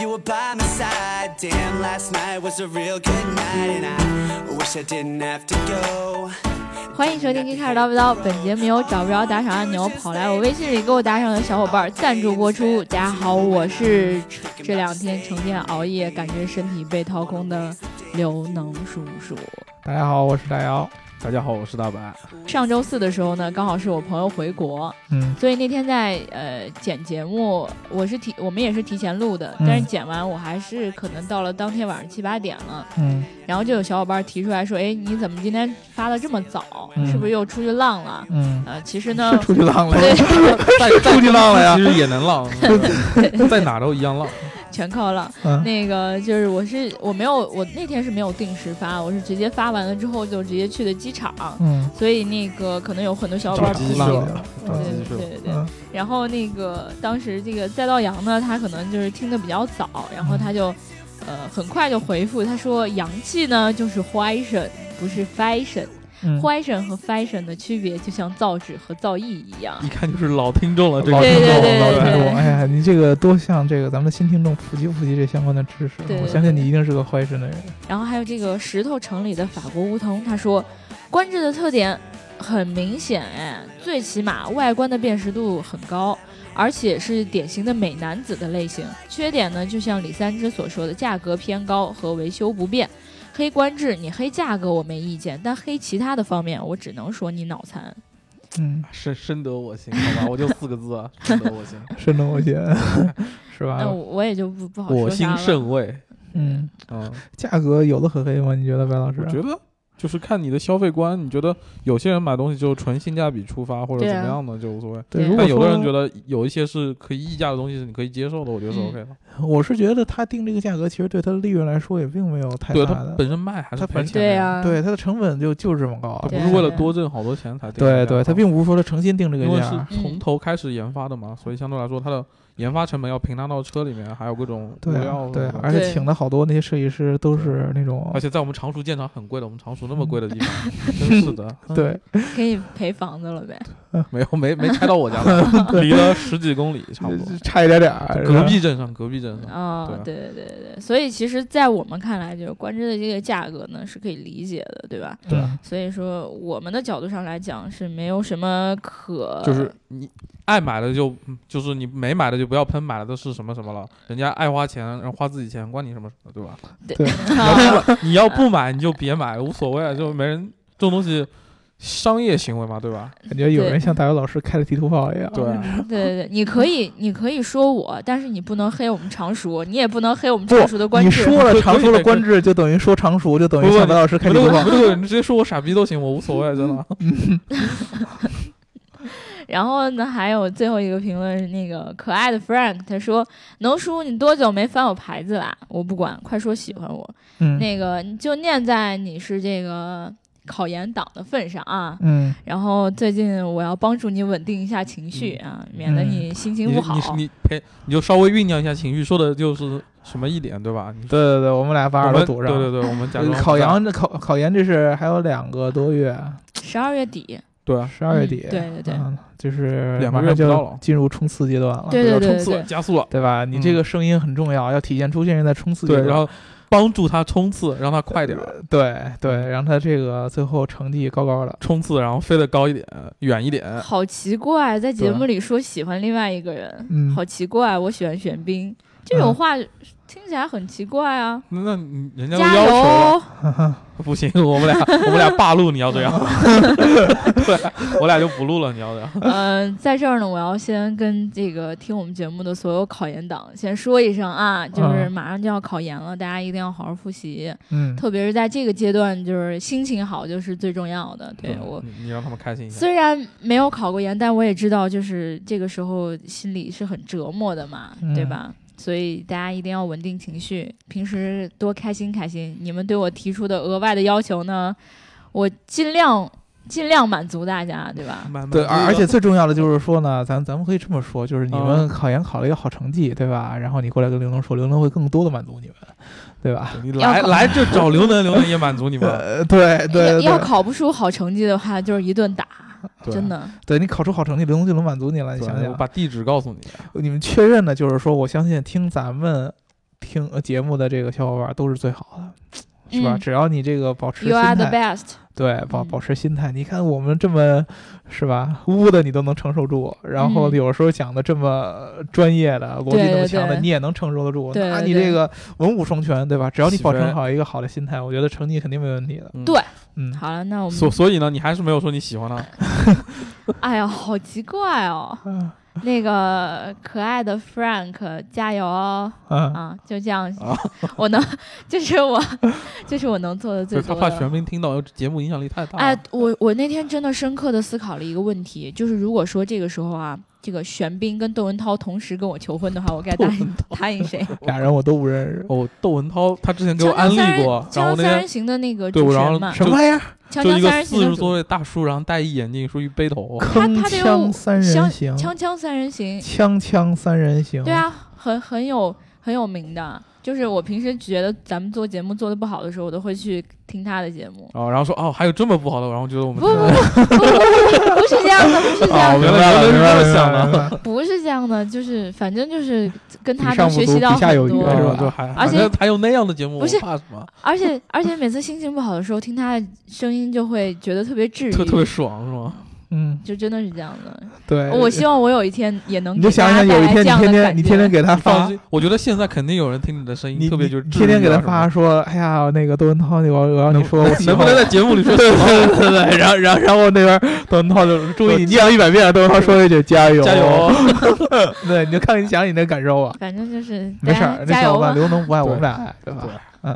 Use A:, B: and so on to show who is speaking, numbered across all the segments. A: you were by my side. Damn, last night was a real good night, and I wish I didn't have to go.
B: 欢迎收听《一开始叨不叨》，本节目由找不着打赏按钮跑来我微信里给我打赏的小伙伴赞助播出。大家好，我是这两天成天熬夜，感觉身体被掏空的刘能叔叔。
C: 大家好，我是大姚。
D: 大家好，我是大白。
B: 上周四的时候呢，刚好是我朋友回国，
C: 嗯，
B: 所以那天在呃剪节目，我是提我们也是提前录的，
C: 嗯
B: 但是剪完我还是可能到了当天晚上七八点了，
C: 嗯，
B: 然后就有小伙伴提出来说，哎，你怎么今天发的这么早？
C: 嗯
B: 是不是又出去浪了？
C: 嗯，
B: 呃，其实 呢，
C: 出去浪了，
B: 对，
C: 再出去浪了呀
D: 其，实也能浪， 在哪都一样浪。
B: 全靠浪。
C: 嗯
B: 那个就是我是我没有我那天是没有定时发，我是直接发完了之后就直接去的机场，
C: 嗯，
B: 所以那个可能有很多小伙
C: 着
B: 伴
C: 急
B: 不
D: 急
B: 信
D: 浪
C: 浪
D: 了，
B: 对
D: 着急
B: 对
D: 是吧？
B: 对对。
C: 嗯
B: 然后那个当时这个赛道羊呢，他可能就是听的比较早，然
C: 嗯
B: 后他就呃很快就回复他说，洋气呢就是 fashion，不是 fashion。
C: 嗯，
B: fashion 和 fashion 的区别就像造纸和造诣一样。
D: 一看就是老听众了，这
C: 老
D: 个
C: 听
B: 对对
C: 众，
B: 对
D: 哦
C: 老
B: 对
C: 听
B: 对
C: 众，哎呀，你这个多向这个咱们的新听众普及普及这相关的知识
B: 对，
C: 我相信你一定是个坏神的人。
B: 然后还有这个石头城里的法国梧桐，他说官制的特点很明显，哎，最起码外观的辨识度很高，而且是典型的美男子的类型。缺点呢，就像李三枝所说的，价格偏高和维修不便。黑官制，你黑价格我没意见，但黑其他的方面，我只能说你脑残。
C: 嗯，
D: 深深得我心，好吧，我就四个字 啊，深得我心，
C: 深得我心， 是吧
B: 那？我我也就不不好
D: 我
B: 说啥
D: 心
B: 了。
D: 甚慰。
C: 嗯，
D: 嗯，
C: 价格有的很黑吗？你觉得，白老师
D: 我？觉得就是看你的消费观，你觉得有些人买东西就纯性价比出发，或者
B: 对啊
D: 怎么样的就无所谓。
C: 对，
B: 对
C: 如果
D: 哎但有的人觉
C: 得，
D: 得有一些是可以溢价的东西是你可以接受的，我觉得是
B: 嗯
D: OK 的。
C: 我是觉得他定这个价格，其实对他的利润来说也并没有太
D: 对
C: 大
D: 他
C: 的，
D: 本身卖还是
C: 他
D: 赔
C: 本
D: 钱的
B: 对
D: 呀，
B: 啊，
C: 对他的成本就就这么高啊
D: 他，不
B: 对
D: 是为了
B: 对
D: 多挣好多钱才定的
C: 对
D: 价格
C: 对，他并不是说他诚心定这个啊
D: 因为
C: 价，
D: 是从头开始研发的嘛，所以相对来说它的研发成本要平摊到车里面，还有各种物
C: 对
D: 料
C: 啊，对
D: 什
C: 啊，
D: 么的
C: 而且
B: 对
C: 请的好多那些设计师都是那种
D: 而，且在我们常熟建厂很贵的，我们常熟那么贵的地方，
C: 嗯
D: 真是的，
C: 对，
B: 可以赔房子了呗。
D: 没有没没拆 到我家来，离了十几公里呃差不多，
C: 差一点点儿，
D: 隔壁镇上，隔壁镇上，
B: 哦，对
D: 对
B: 对对对，所以其实，在我们看来，就是官职的这个价格呢是可以理解的，对吧？
C: 对，
D: 啊
B: 所以说，我们的角度上来讲是没有什么可
D: 就是你爱买的就就是你没买的就不要喷买了的是什么什么了，人家爱花钱，然后花自己钱，关你什么事，对吧？
C: 对
B: 啊
D: 你要不买你就别买，无所谓，啊就没人这种东西，商业行为嘛，对吧？
C: 感觉有人像大姚老师开了地图炮一样，
D: 对啊。
B: 对对对，你可以你可以说我，但是你不能黑我们常熟，你也不能黑我们常熟的官
C: 你
B: 制。
C: 说了常熟
D: 可以可
C: 的
D: 以
C: 官制，就等于说常熟，就等于
D: 不不
C: 像白老师开
D: 不
C: 地图
D: 对，
C: 炮
D: 不，对，你直接说我傻逼都行，我无所谓，真的。
B: 嗯然后呢，还有最后一个评论是那个可爱的 Frank，他说：“能叔，你多久没翻我牌子啦？我不管，快说喜欢我。
C: 嗯
B: 那个你就念在你是这个考研党的份上啊。”
C: 嗯，
B: 然后最近我要帮助你稳定一下情绪啊，免得你心情不好
D: 嗯你。你你陪你就稍微酝酿一下情绪，说的就是什么一点，对吧？你
C: 对对对，我们俩把
D: 我
C: 耳
D: 们
C: 朵堵上，
D: 对对对，我们假装
C: 呃
D: 不在啊
C: 考研这考考研这是还有两个多月，
B: 十二月底，
D: 对啊，
C: 十二月底，
B: 嗯对对对
C: 嗯，就是
D: 两个
C: 马
D: 月
C: 上
D: 不到
C: 就
D: 了
C: 进入冲刺阶段了，
B: 对
D: 要
B: 对对
D: 冲
B: 对
D: 刺了，
B: 对，
D: 加速了，
C: 对吧？你这
D: 嗯
C: 个声音很重要，要体现出现人在冲刺阶
D: 对，
C: 段，
D: 然后帮助他冲刺，让他快点儿
C: 呃
D: 嗯
C: 对对，让他这个最后成绩高高的。
D: 冲刺，然后飞得高一点，远一点。
B: 好奇怪，在节目里说喜欢另外一个人，
C: 嗯，
B: 好奇怪，我喜欢玄彬，这种
C: 嗯
B: 话听起来很奇怪啊。
D: 那那你人家都
B: 加
D: 要
B: 油
D: 求啊了，
B: 哦！
D: 不行，我们俩我们俩罢录，你要这样，对，我俩就不录了，你要这样。
B: 呃，在这儿呢，我要先跟这个听我们节目的所有考研党先说一声啊，就是
C: 嗯
B: 马上就要考研了，大家一定要好好复习，
C: 嗯，
B: 特别是在这个阶段，就是心情好就是最重要的。对我，
D: 嗯你你让他们开心一下。
B: 虽然没有考过研，但我也知道，就是这个时候心里是很折磨的嘛，
C: 嗯
B: 对吧？所以大家一定要稳定情绪，平时多开心开心。你们对我提出的额外的要求呢，我尽量尽量满足大家，对吧？
D: 慢慢
C: 对，而
D: 地
C: 而且最重要的就是说呢，咱咱们可以这么说，就是你们
D: 嗯
C: 考研考了一个好成绩，对吧？然后你过来跟刘能说，刘能会更多的满足你们，对吧？
D: 你
B: 要
D: 来
B: 考
D: 来这找刘能，刘能也满足 你们。
C: 呃，对对
B: 要要
C: 对，
B: 考不出好成绩的话，就是一顿打，
D: 对
B: 真的。
C: 对你考出好成绩，刘能就能满足你了。你
D: 对
C: 想啊
D: 我
C: 想，
D: 把地址告诉你。
C: 你们确认的就是说，我相信听咱们听呃节目的这个小伙伴都是最好的，是吧？
B: 嗯
C: 只要你这个保持心
B: ？You are the
C: 态，
B: best。
C: 对，保
B: 嗯
C: 保持心态。你看我们这么是吧，污的你都能承受住，然后
B: 嗯
C: 有时候讲的这么专业的、逻辑
B: 对
C: 那么
B: 对
C: 强的，
B: 对
C: 你也能承受得住。
B: 对
C: 那
B: 对
C: 你
B: 对
C: 这个文武双全，对吧？只要你
D: 起
C: 保持
D: 飞
C: 好一个好的心态，我觉得成绩肯定没问题的。
D: 嗯
B: 对
C: 嗯，
B: 好了，那我们
D: 所所以呢，你还是没有说你喜欢 他，
B: 哎呀，好奇怪哦。
C: 嗯
B: 那个可爱的 Frank，加油哦！
C: 嗯，
B: 啊，就这样
D: 啊，
B: 我能，这是我，这是我能做的最
D: 对
B: 多
D: 他
B: 的。
D: 怕玄彬听到节目影响力太大了。
B: 哎，我我那天真的深刻的思考了一个问题，就是如果说这个时候啊，这个玄彬跟窦文涛同时跟我求婚的话，我该答应答应谁？
C: 俩人我都不认识。
D: 哦，窦文涛他之前给我安利过，
B: 锵
D: 然后
B: 锵三
D: 那天
B: 人行的那个
D: 对
B: 主
D: 我
B: 持
D: 然
B: 人
D: 后
B: 嘛，
C: 什么玩意儿？
B: 锵
D: 就一
B: 锵
D: 个
B: 三人行
D: 四
B: 的
D: 十
B: 主
D: 多岁大叔，然后戴一眼镜，梳一背头，
C: 铿
B: 他得有
C: 锵三人
B: 锵
C: 行，
B: 锵锵三人行，
C: 锵锵三人行。
B: 对，啊，很很有很有名的。就是我平时觉得咱们做节目做的不好的时候，我都会去听他的节目。
D: 然后然后说哦，还有这么不好的，然后觉得我
B: 不
D: 们
B: 不不不不不不是这样的，不是这
C: 哦，
B: 样的，
C: 我明白了，
D: 原来是
C: 明白了，
D: 这么想的
C: 明白 了。明白了
B: 不是这样的，就是反正 就是跟他
C: 比上
B: 能
C: 不
B: 学
C: 足
B: 习到
C: 比下有
B: 很
C: 余
B: 多
D: 对，
C: 是吧
D: 就还
B: 而
D: 反
B: 且
D: 正还有那样的节目，
B: 不是
D: 我怕什么？
B: 而且而且每次心情不好的时候，听他的声音就会觉得特别治愈，
D: 特特别爽是吗？
C: 嗯，
B: 就真的是这样的。
C: 哎对。
B: 我希望我有一天也能
C: 你就
B: 给大
C: 想
B: 家
C: 想，有
B: 带
C: 一
B: 来
C: 天
B: 这
C: 你
B: 样
C: 天
B: 的
C: 天
B: 感
C: 你天天
B: 觉。
C: 给他
D: 你放
C: 发，
D: 心，我觉得现在肯定有人听你的声
C: 你
D: 音，特别
C: 你
D: 就是治
C: 天天
D: 愈
C: 给他
D: 啊什么
C: 发
D: 的，
C: 说，哎呀，那个窦文涛，我我让你说，我喜
D: 能不
C: 欢
D: 能
C: 你
D: 在节目里说
C: 对对对对对，然后然后然后那边窦文涛就注意，你念了一百遍，窦文涛说一句加油
D: 加油？
B: 嗯
C: 对，你就看你想你那感受啊。
B: 反正就是
C: 没事
B: 大家，啊
C: 儿那
B: 加
C: 小
B: 油
C: 伙伴
B: 吧，
C: 刘能不爱我们
D: 对
C: 俩爱，对吧
D: 对？
B: 嗯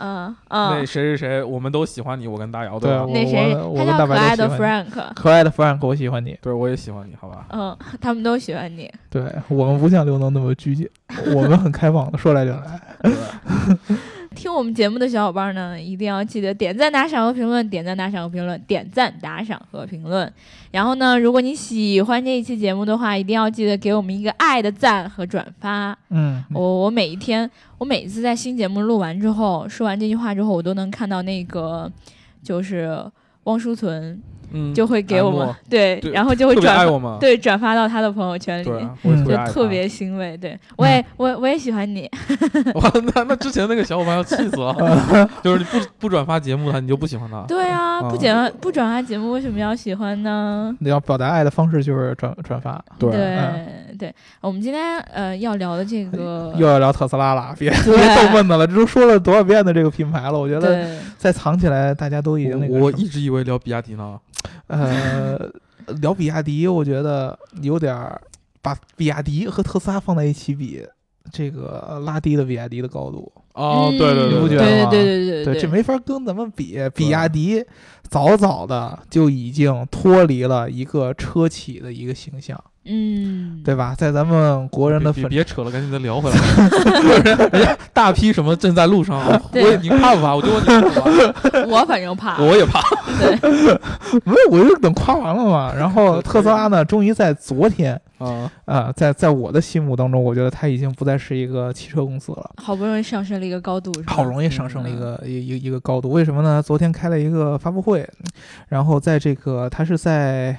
D: 那
B: 嗯，
D: 谁谁谁，我们都喜欢你，我跟大姚
C: 对啊
D: 吧
C: 我？
B: 那谁
C: 我
B: 他
C: 跟
B: 叫
C: 大
B: 可
C: 白都
B: 爱的
C: 喜欢
B: Frank，
C: 可爱的 Frank，我喜欢你。
D: 对，我也喜欢你，好吧？
B: 嗯，他们都喜欢你。
C: 对我们不像刘能那么拘谨，我们很开放的，说来就来。
D: 对
B: 听我们节目的小伙伴呢，一定要记得点赞、打赏和评论，点赞、打赏和评论，点赞、打赏和评论。然后呢，如果你喜欢这一期节目的话，一定要记得给我们一个爱的赞和转发。
C: 嗯，
B: 我我每一天，我每一次在新节目录完之后，说完这句话之后，我都能看到那个就是汪书存
D: 嗯，
B: 就会给我们、
D: 嗯
B: 对，
D: 对
B: 然后就会
D: 特别
B: 转
D: 爱
B: 发
D: 我们，
B: 对转发到他的朋友圈里
D: 对，，啊我也
C: 嗯
D: 特
B: 就
D: 别爱
B: 特
D: 他 嗯
B: 别欣慰。对我也、我我也喜欢你，
D: 哇，那那之前那个小伙伴要气死 了，就是你不不转发节目他，你就不喜欢他。
B: 对啊，
D: 嗯
B: 不转发不转发节目为什么要喜欢呢？
C: 你要表达爱的方式就是转转发。
D: 对啊
B: 对
D: 嗯
B: 对，我们今天呃要聊的这个，
C: 又要聊特斯拉了，别别
B: 呃对
C: 逗闷子了，这都说了多少遍的这个品牌了，我觉得
B: 对
C: 再藏起来，大家都已经那个
D: 我我
C: 什么
D: 一直以为聊比亚迪呢，
C: 呃聊比亚迪，我觉得有点儿把比亚迪和特斯拉放在一起比，这个拉低了比亚迪的高度。
D: 哦，
B: 嗯
D: 对对
C: 你不觉
D: 对对
B: 对
C: 得吗
B: 对对对
C: 这没法跟咱们比。比亚迪早早的就已经脱离了一个车企的一个形象，
B: 嗯，
C: 对吧？在咱们国人的
D: 别
C: 粉
D: 别别扯了，赶紧再聊回来。人家大批什么正在 路上，我
B: 对
D: 也你怕不怕？我就问你怕 不
B: 我反正怕
D: 怕，，我也怕。
C: 没有，我就等夸完 了嘛。然后特斯拉呢，终于在昨天
D: 啊，
C: 啊、在在我的心目当中，我觉得它已经不再是一个汽车公司了，
B: 好不容易上升了一个高度，是吧
C: 好容易上
B: 嗯
C: 升了一个一一一个高度。为什么呢？昨天开了一个发布会，然后在这个它是在。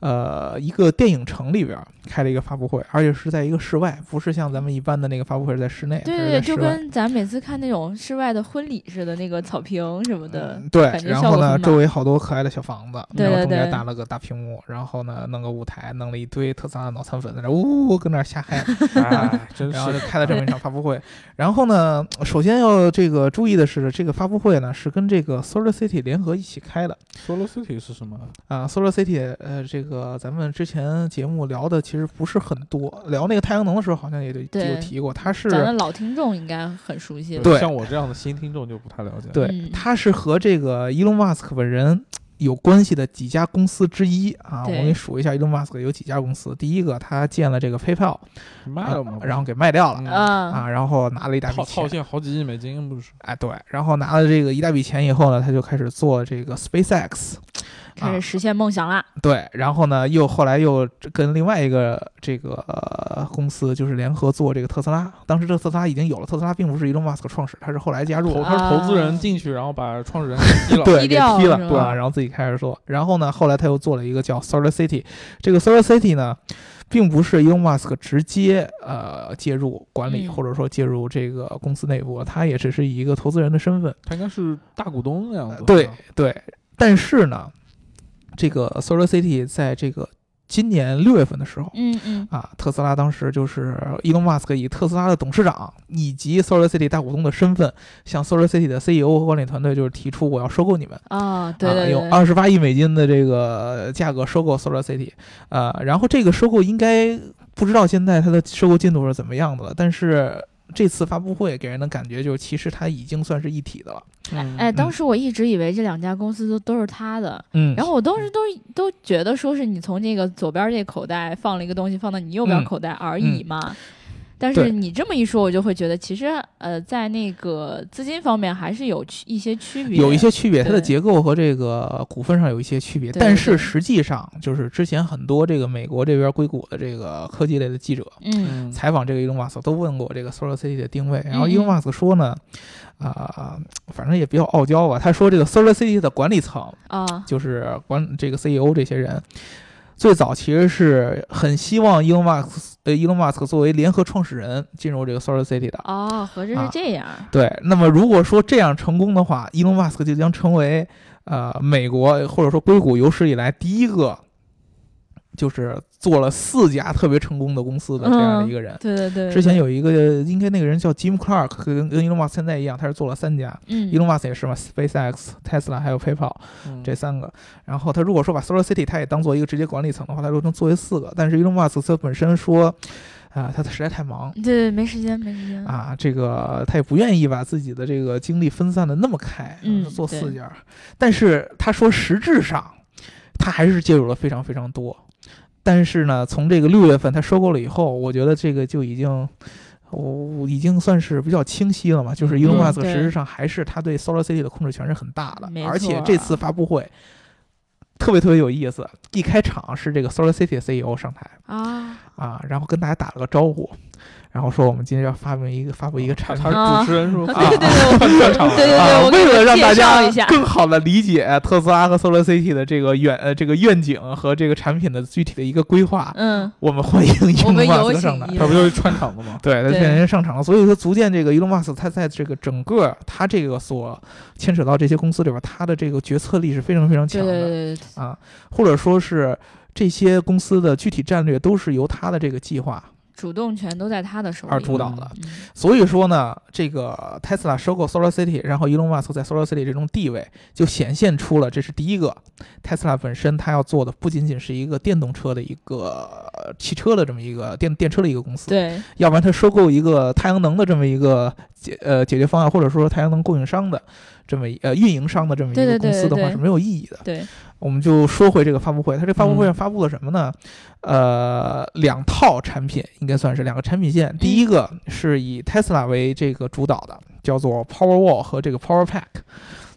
C: 呃，一个电影城里边儿开了一个发布会，而且是在一个室外，不是像咱们一般的那个发布会是在室内，
B: 对
C: 它
B: 对
C: 是
B: 对，
C: 在
B: 就
C: 室外。
B: 跟咱每次看那种室外的婚礼似的，那个草坪什么的
C: 嗯，对
B: 感，觉
C: 然
B: 效
C: 后
B: 果
C: 呢，
B: 很
C: 周
B: 满
C: 围好多可爱的小房子，
B: 对对
C: 然后中间
B: 对
C: 搭了个大屏幕，然后呢，弄个舞台，弄了一堆特斯拉的脑残粉在那呜呜呜跟那儿瞎嗨，
D: 哎，真
C: 然后就是开了这么一场发布会。然后呢，首先要这个注意的是，这个发布会呢是跟这个 Solar City 联合一起开的
D: Solo City 是什么？
C: 啊。Solar City，呃，这个咱们之前节目聊的其实不是很多，聊那个太阳能的时候好像也就
B: 对
C: 有提过，它是
B: 咱的老听众应该很熟悉了，
C: 对
D: 像我这样的新听众就不太了解。
C: 对
B: 嗯，
C: 它是和这个 Elon Musk 本人。有关系的几家公司之一啊，我
B: 对
C: 给你数一下，Elon Musk 有几家公司。第一个，他建了这个 PayPal，、
D: 卖了吗？
C: 然后给卖掉了、
D: 嗯
B: 啊嗯，
C: 啊，然后拿了一大笔
D: 套
C: 钱
D: 套，现好几亿美金不是？
C: 哎，对，然后拿了这个一大笔钱以后呢，他就开始做这个 SpaceX，
B: 开始实现梦想啦。
C: 对，然后呢，又后来又跟另外一个这个、呃公司就是联合做这个特斯拉。当时这个特斯拉已经有了，特斯拉并不是 Elon Musk 创始，他是后来加入
D: 投
B: 啊
D: 他是投资人进去，然后把创始人给踢了。
C: 对，
B: 踢
C: 给
B: 掉
C: 踢
B: 了
C: 了，
B: 是
C: 对
B: 吧
C: 啊，然后自己开始做。然后呢，后来他又做了一个叫 Solar City，这个 Solar City 呢，并不是 Elon Musk 直接呃介入管理，
B: 嗯
C: 或者说介入这个公司内部，他也只是以一个投资人的身份。
D: 他应该是大股东那样子。嗯
C: 对对，但是呢，这个 Solar City 在这个今年六月份的时候。
B: 嗯嗯
C: 啊，特斯拉当时就是 Elon Musk 以特斯拉的董事长以及 Solar City 大股东的身份，向 Solar City 的 CEO 和管理团队就是提出我要收购你们。
B: 啊，对对
C: 啊、用
B: 对，
C: 二十八亿美金的这个价格收购 Solar City，呃，然后这个收购应该不知道现在它的收购进度是怎么样的了，但是这次发布会给人的感觉就是，其实它已经算是一体的了。
D: 嗯，
B: 哎，当
C: 嗯
B: 时我一直以为这两家公司都都是他的，
C: 嗯
B: 然后我当时都都觉得说是你从那个左边这口袋放了一个东西放到你右边
C: 嗯
B: 口袋而已
C: 嗯
B: 嘛。但
C: 对
B: 是你这么一说，我就会觉得其实呃，在那个资金方面还是有区一些区别，
C: 有一些区别，它的
B: 对
C: 结构和这个股份上有一些区别，
B: 对
C: 但
B: 对
C: 是
B: 对
C: 实际上就是之前很多这个美国这边硅谷的这个科技类的记者，
B: 嗯
D: 嗯
C: 采访这个伊隆马斯克都问过这个 Solar City 的定位，然
B: 嗯
C: 后
B: 嗯
C: 伊隆马斯克说呢，啊、反正也比较傲娇吧，他说这个 Solar City 的管理层
B: 啊，
C: 就是管这个 CEO 这些人。最早其实是很希望伊隆马斯呃伊隆马斯克作为联合创始人进入这个 Solar City 的。
B: 哦，合着是
C: 啊
B: 这样，
C: 对，那么如果说这样成功的话，伊隆马斯克就将成为呃美国或者说硅谷有史以来第一个，就是做了四家特别成功的公司的这样的一个人。
B: 对对嗯对，
C: 之前有一个，应该那个人叫 Jim Clark，跟跟 Elon Musk 现在一样，他是做了三家、
B: 嗯
C: e l o n Musk 也是嘛，SpaceX、Tesla 还有 PayPal
D: 嗯
C: 这三个。然后他如果说把 Solar City 他也当做一个直接管理层的话，他就能作为四个。但是 Elon Musk 他本身说，啊、他实在太忙
B: 对对没时间没时间，
C: 啊，这个他也不愿意把自己的这个精力分散的那么开，啊
B: 嗯
C: 做四
B: 对
C: 家。但是他说实质上，他还是介入了非常非常多。但是呢，从这个六月份他收购了以后，我觉得这个就已经。我、已经算是比较清晰了嘛，就是
D: 嗯
C: Elon
B: 嗯
C: Musk
B: 对
C: 实质上还是他对 Solar City 的控制权是很大的
B: 没，
C: 而且
B: 错啊
C: 这次发布会特别特别有意思，一开场是这个 Solar City 的 CEO 上台，
B: 啊，
C: 啊，然后跟大家打了个招呼，然后说我们今天要发明一个发布一个产品
D: 他。是主持人是吧？
B: 对对对， 我
D: 转场
B: 哦对对
C: 啊
B: 我给
C: 为
B: 你
C: 了
B: 们
C: 让
B: 介
C: 大
B: 绍
C: 家
B: 一下
C: 更好的理解特斯拉和 Solar City 的这个愿呃这个愿景和这个产品的具体的一个规划，
B: 嗯，
C: 我们欢迎伊
B: 我
C: 隆
B: 们
C: 马
B: 有
C: 斯克
B: 请
C: 上来
B: 伊。
D: 他不就是串场的 吗？
C: 对，他
B: 对
C: 现在上场了，所以说足见这个伊隆马斯克他在这个整个他这个所牵扯到这些公司里边，他的这个决策力是非常非常
B: 对
C: 强的。
B: 对对对，
C: 啊，或者说是这些公司的具体战略都是由他的这个计划
B: 主动权都在他的手里，
C: 而主导的。
B: 嗯
C: 所以说呢，这个 Tesla 收购 Solar City，然后 Elon Musk 在 Solar City 这种地位，就显现出了这是第一个 Tesla 本身它要做的不仅仅是一个电动车的一个呃汽车的这么一个电电车的一个公司，
B: 对，
C: 要不然它收购一个太阳能的这么一个解呃解决方案，或者说太阳能供应商的这么一呃运营商的这么一
B: 对
C: 个
B: 对对
C: 公司的
B: 对
C: 话
B: 对
C: 是没有意义的。
B: 对，
C: 我们就说回这个发布会，它这发布会
D: 嗯
C: 上发布了什么呢？呃，两套产品应该算是两个产品线，
B: 嗯
C: 第一个是以 Tesla 为这个主导的，叫做 Powerwall 和这个 Power Pack。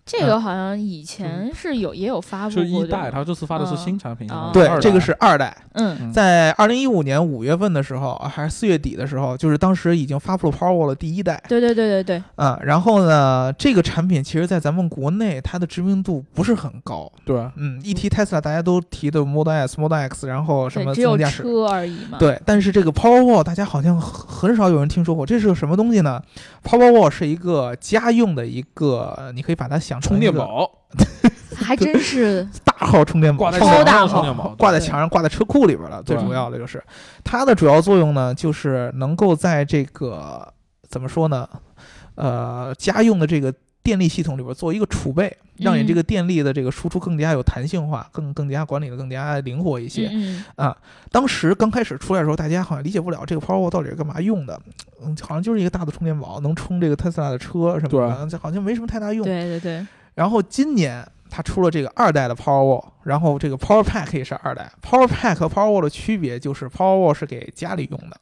B: 这个好像以
C: 嗯
B: 前是有也有发布
D: 就
B: 过，
D: 一
B: 对吧
D: 代，他这次发的是
B: 嗯
D: 新产品，
B: 哦
D: 是吧
C: 啊对
D: 二，代
C: 这个是二代，
B: 嗯
D: 嗯
C: 在二零一五年五月份的时候，啊还是四月底的时候，就是当时已经发布了 Powerwall 的第一代，
B: 对对对对对，
C: 啊、然后呢，这个产品其实在咱们国内它的知名度不是很高，
D: 对啊，
C: 嗯，一提 Tesla 大家都提的 Model S、Model X，然后什
B: 对，只
C: 么自
B: 有
C: 动驾驶，
B: 车而已嘛。
C: 对，但是这个 Powerwall 大家好像很很少有人听说过，这是个什么东西呢？Powerwall 是一个家用的一个，你可以把它想成
D: 充电
C: 一个
D: 宝
B: 还真是
C: 大号充电宝，
D: 挂在
C: 超
D: 墙
B: 大
D: 上，
B: 号
D: 充电宝
C: 挂在
B: 对
C: 墙上，挂在车库里边了。最
D: 对
C: 主要的就是它的主要作用呢，就是能够在这个怎么说呢，呃，家用的这个电力系统里边做一个储备，让你这个电力的这个输出更加有弹性化，更更加管理的更加灵活一些。
B: 嗯
C: 啊当时刚开始出来的时候，大家好像理解不了这个 Powerwall 到底是干嘛用的，嗯，好像就是一个大的充电宝，能充这个 Tesla 的车什么的，这好像没什么太大
B: 嗯，
C: 用。
B: 对对对，
C: 然后今年它出了这个二代的 Powerwall，然后这个 Power Pack 也是二代。Power Pack 和 Powerwall 的区别就是 Powerwall 是给家里用的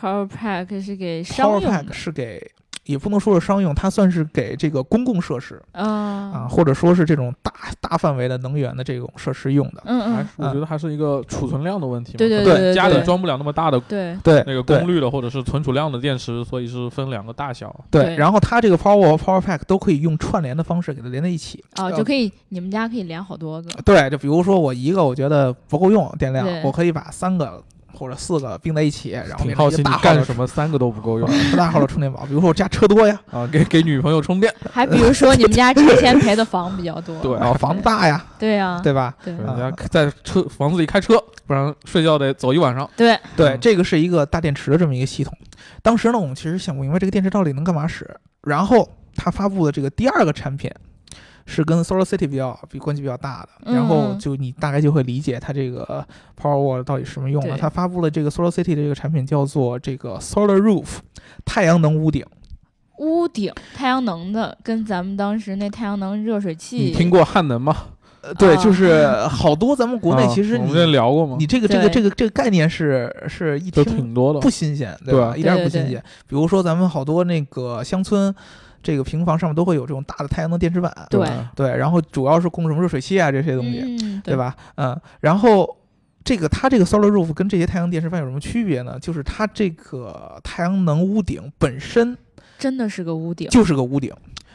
B: Power Pack 是给商
C: ，Power
B: 用
C: Pack
B: 的，
C: 是给也不能说是商用，它算是给这个公共设施啊，
B: 啊，
C: 或者说是这种大大范围的能源的这种设施用的。
B: 嗯
D: 还
B: 嗯
D: 是，我觉得还是一个储存量的问题嘛。
B: 对对
C: 对
B: 对，
D: 家里
B: 对
D: 装不了那么大的
B: 对，
C: 对，
D: 那个
C: 对
D: 功率的或者是存储量的电池，所以是分两个大小。
C: 对，
B: 对
C: 然后它这个 Power Power Pack 都可以用串联的方式给它连在一起
B: 啊，就可以你们家可以连好多个，
C: 对，就比如说我一个我觉得不够用电量
B: 对，
C: 我可以把三个或者四个并在一起，然后
D: 挺
C: 变成一
D: 好奇
C: 个
D: 你
C: 大号
D: 干
C: 的
D: 什么三个都不够 用
C: 大号的充电宝。比如说我家车多呀，
D: 啊？给给女朋友充电，
C: 呃
B: 还比如说你们家之前赔的房比较多，
D: 对
C: 然后房子大呀，
B: 对啊，
C: 对吧？
B: 对
D: 人家在车房子里开车，不然睡觉得走一晚上。
B: 对，
C: 对，
D: 嗯
C: 这个是一个大电池的这么一个系统。当时呢，我们其实想不明白这个电池到底能干嘛使。然后他发布的这个第二个产品是跟 Solar City 比较比关系比较大的，
B: 嗯
C: 然后就你大概就会理解它这个 Power Wall 到底是什么用了。
B: 对
C: 它发布了这个 Solar City 的这个产品叫做这个 Solar Roof 太阳能屋顶，
B: 屋顶太阳能的，跟咱们当时那太阳能热水器
D: 你，听过汉能吗？
C: 呃，对，
B: 啊
C: 就是好多咱们国内
D: 啊
C: 其实
D: 我
C: 你、
D: 们之前聊过嘛
C: 你，这个这个
B: 对
C: 这个这个概念是是一
D: 都
C: 听
D: 挺多的。
C: 不新鲜，对
D: 对
C: 吧？
D: 啊
C: 一点儿也不
B: 对对
C: 新鲜。比如说咱们好多那个乡村，这个平房上面都会有这种大的太阳能电池板，
B: 对
D: 吧
C: 对，然后主要是供什么热水器啊这些东西，
B: 嗯，
C: 对？吧？嗯，然后。这个它这个 solar roof 跟这些太阳电池板有什么区别呢？就是它这个太阳能屋顶本身
B: 真的是个屋顶，
C: 就是个屋顶。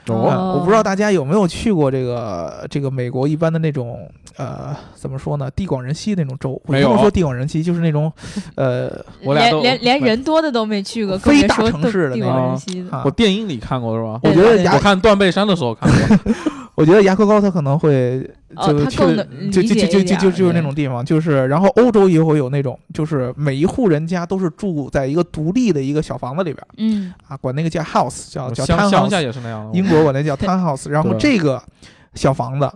D: 哦，
C: 嗯我不知道大家有没有去过这个这个美国一般的那种呃怎么说呢地广人稀那种州？我
D: 没
C: 不
D: 有
C: 能说地广人稀，就是那种 呃
D: 我俩
B: 连
D: 都
B: 连连人多的都没去过，
C: 非
B: 更别
C: 大
B: 说
C: 城
B: 地
C: 市的
B: 地
C: 那
B: 广
D: 种
B: 人稀的
C: 啊
D: 我电影里看过是吧？
C: 我
B: 对
C: 啊觉得
B: 对
C: 牙
D: 我看《断背山》的时候看过，
C: 我觉得牙科高特可能会
B: 哦
C: 就
B: 他
C: 去
B: 更能
C: 就
B: 理
C: 就
B: 解
C: 就就
B: 一
C: 就
B: 点
C: 就
B: 儿
C: 就是那
B: 对
C: 种地方，就是然后欧洲也会有那种，就是每一户人家都是住在一个独立的一个小房子里边儿
B: 嗯，
C: 啊，管那个叫 house，叫
D: 我
C: 叫
D: 乡
C: town
D: 乡下
C: house，
D: 也是那样的。
C: 英国管那 叫 town house，然后
D: 对
C: 这个小房子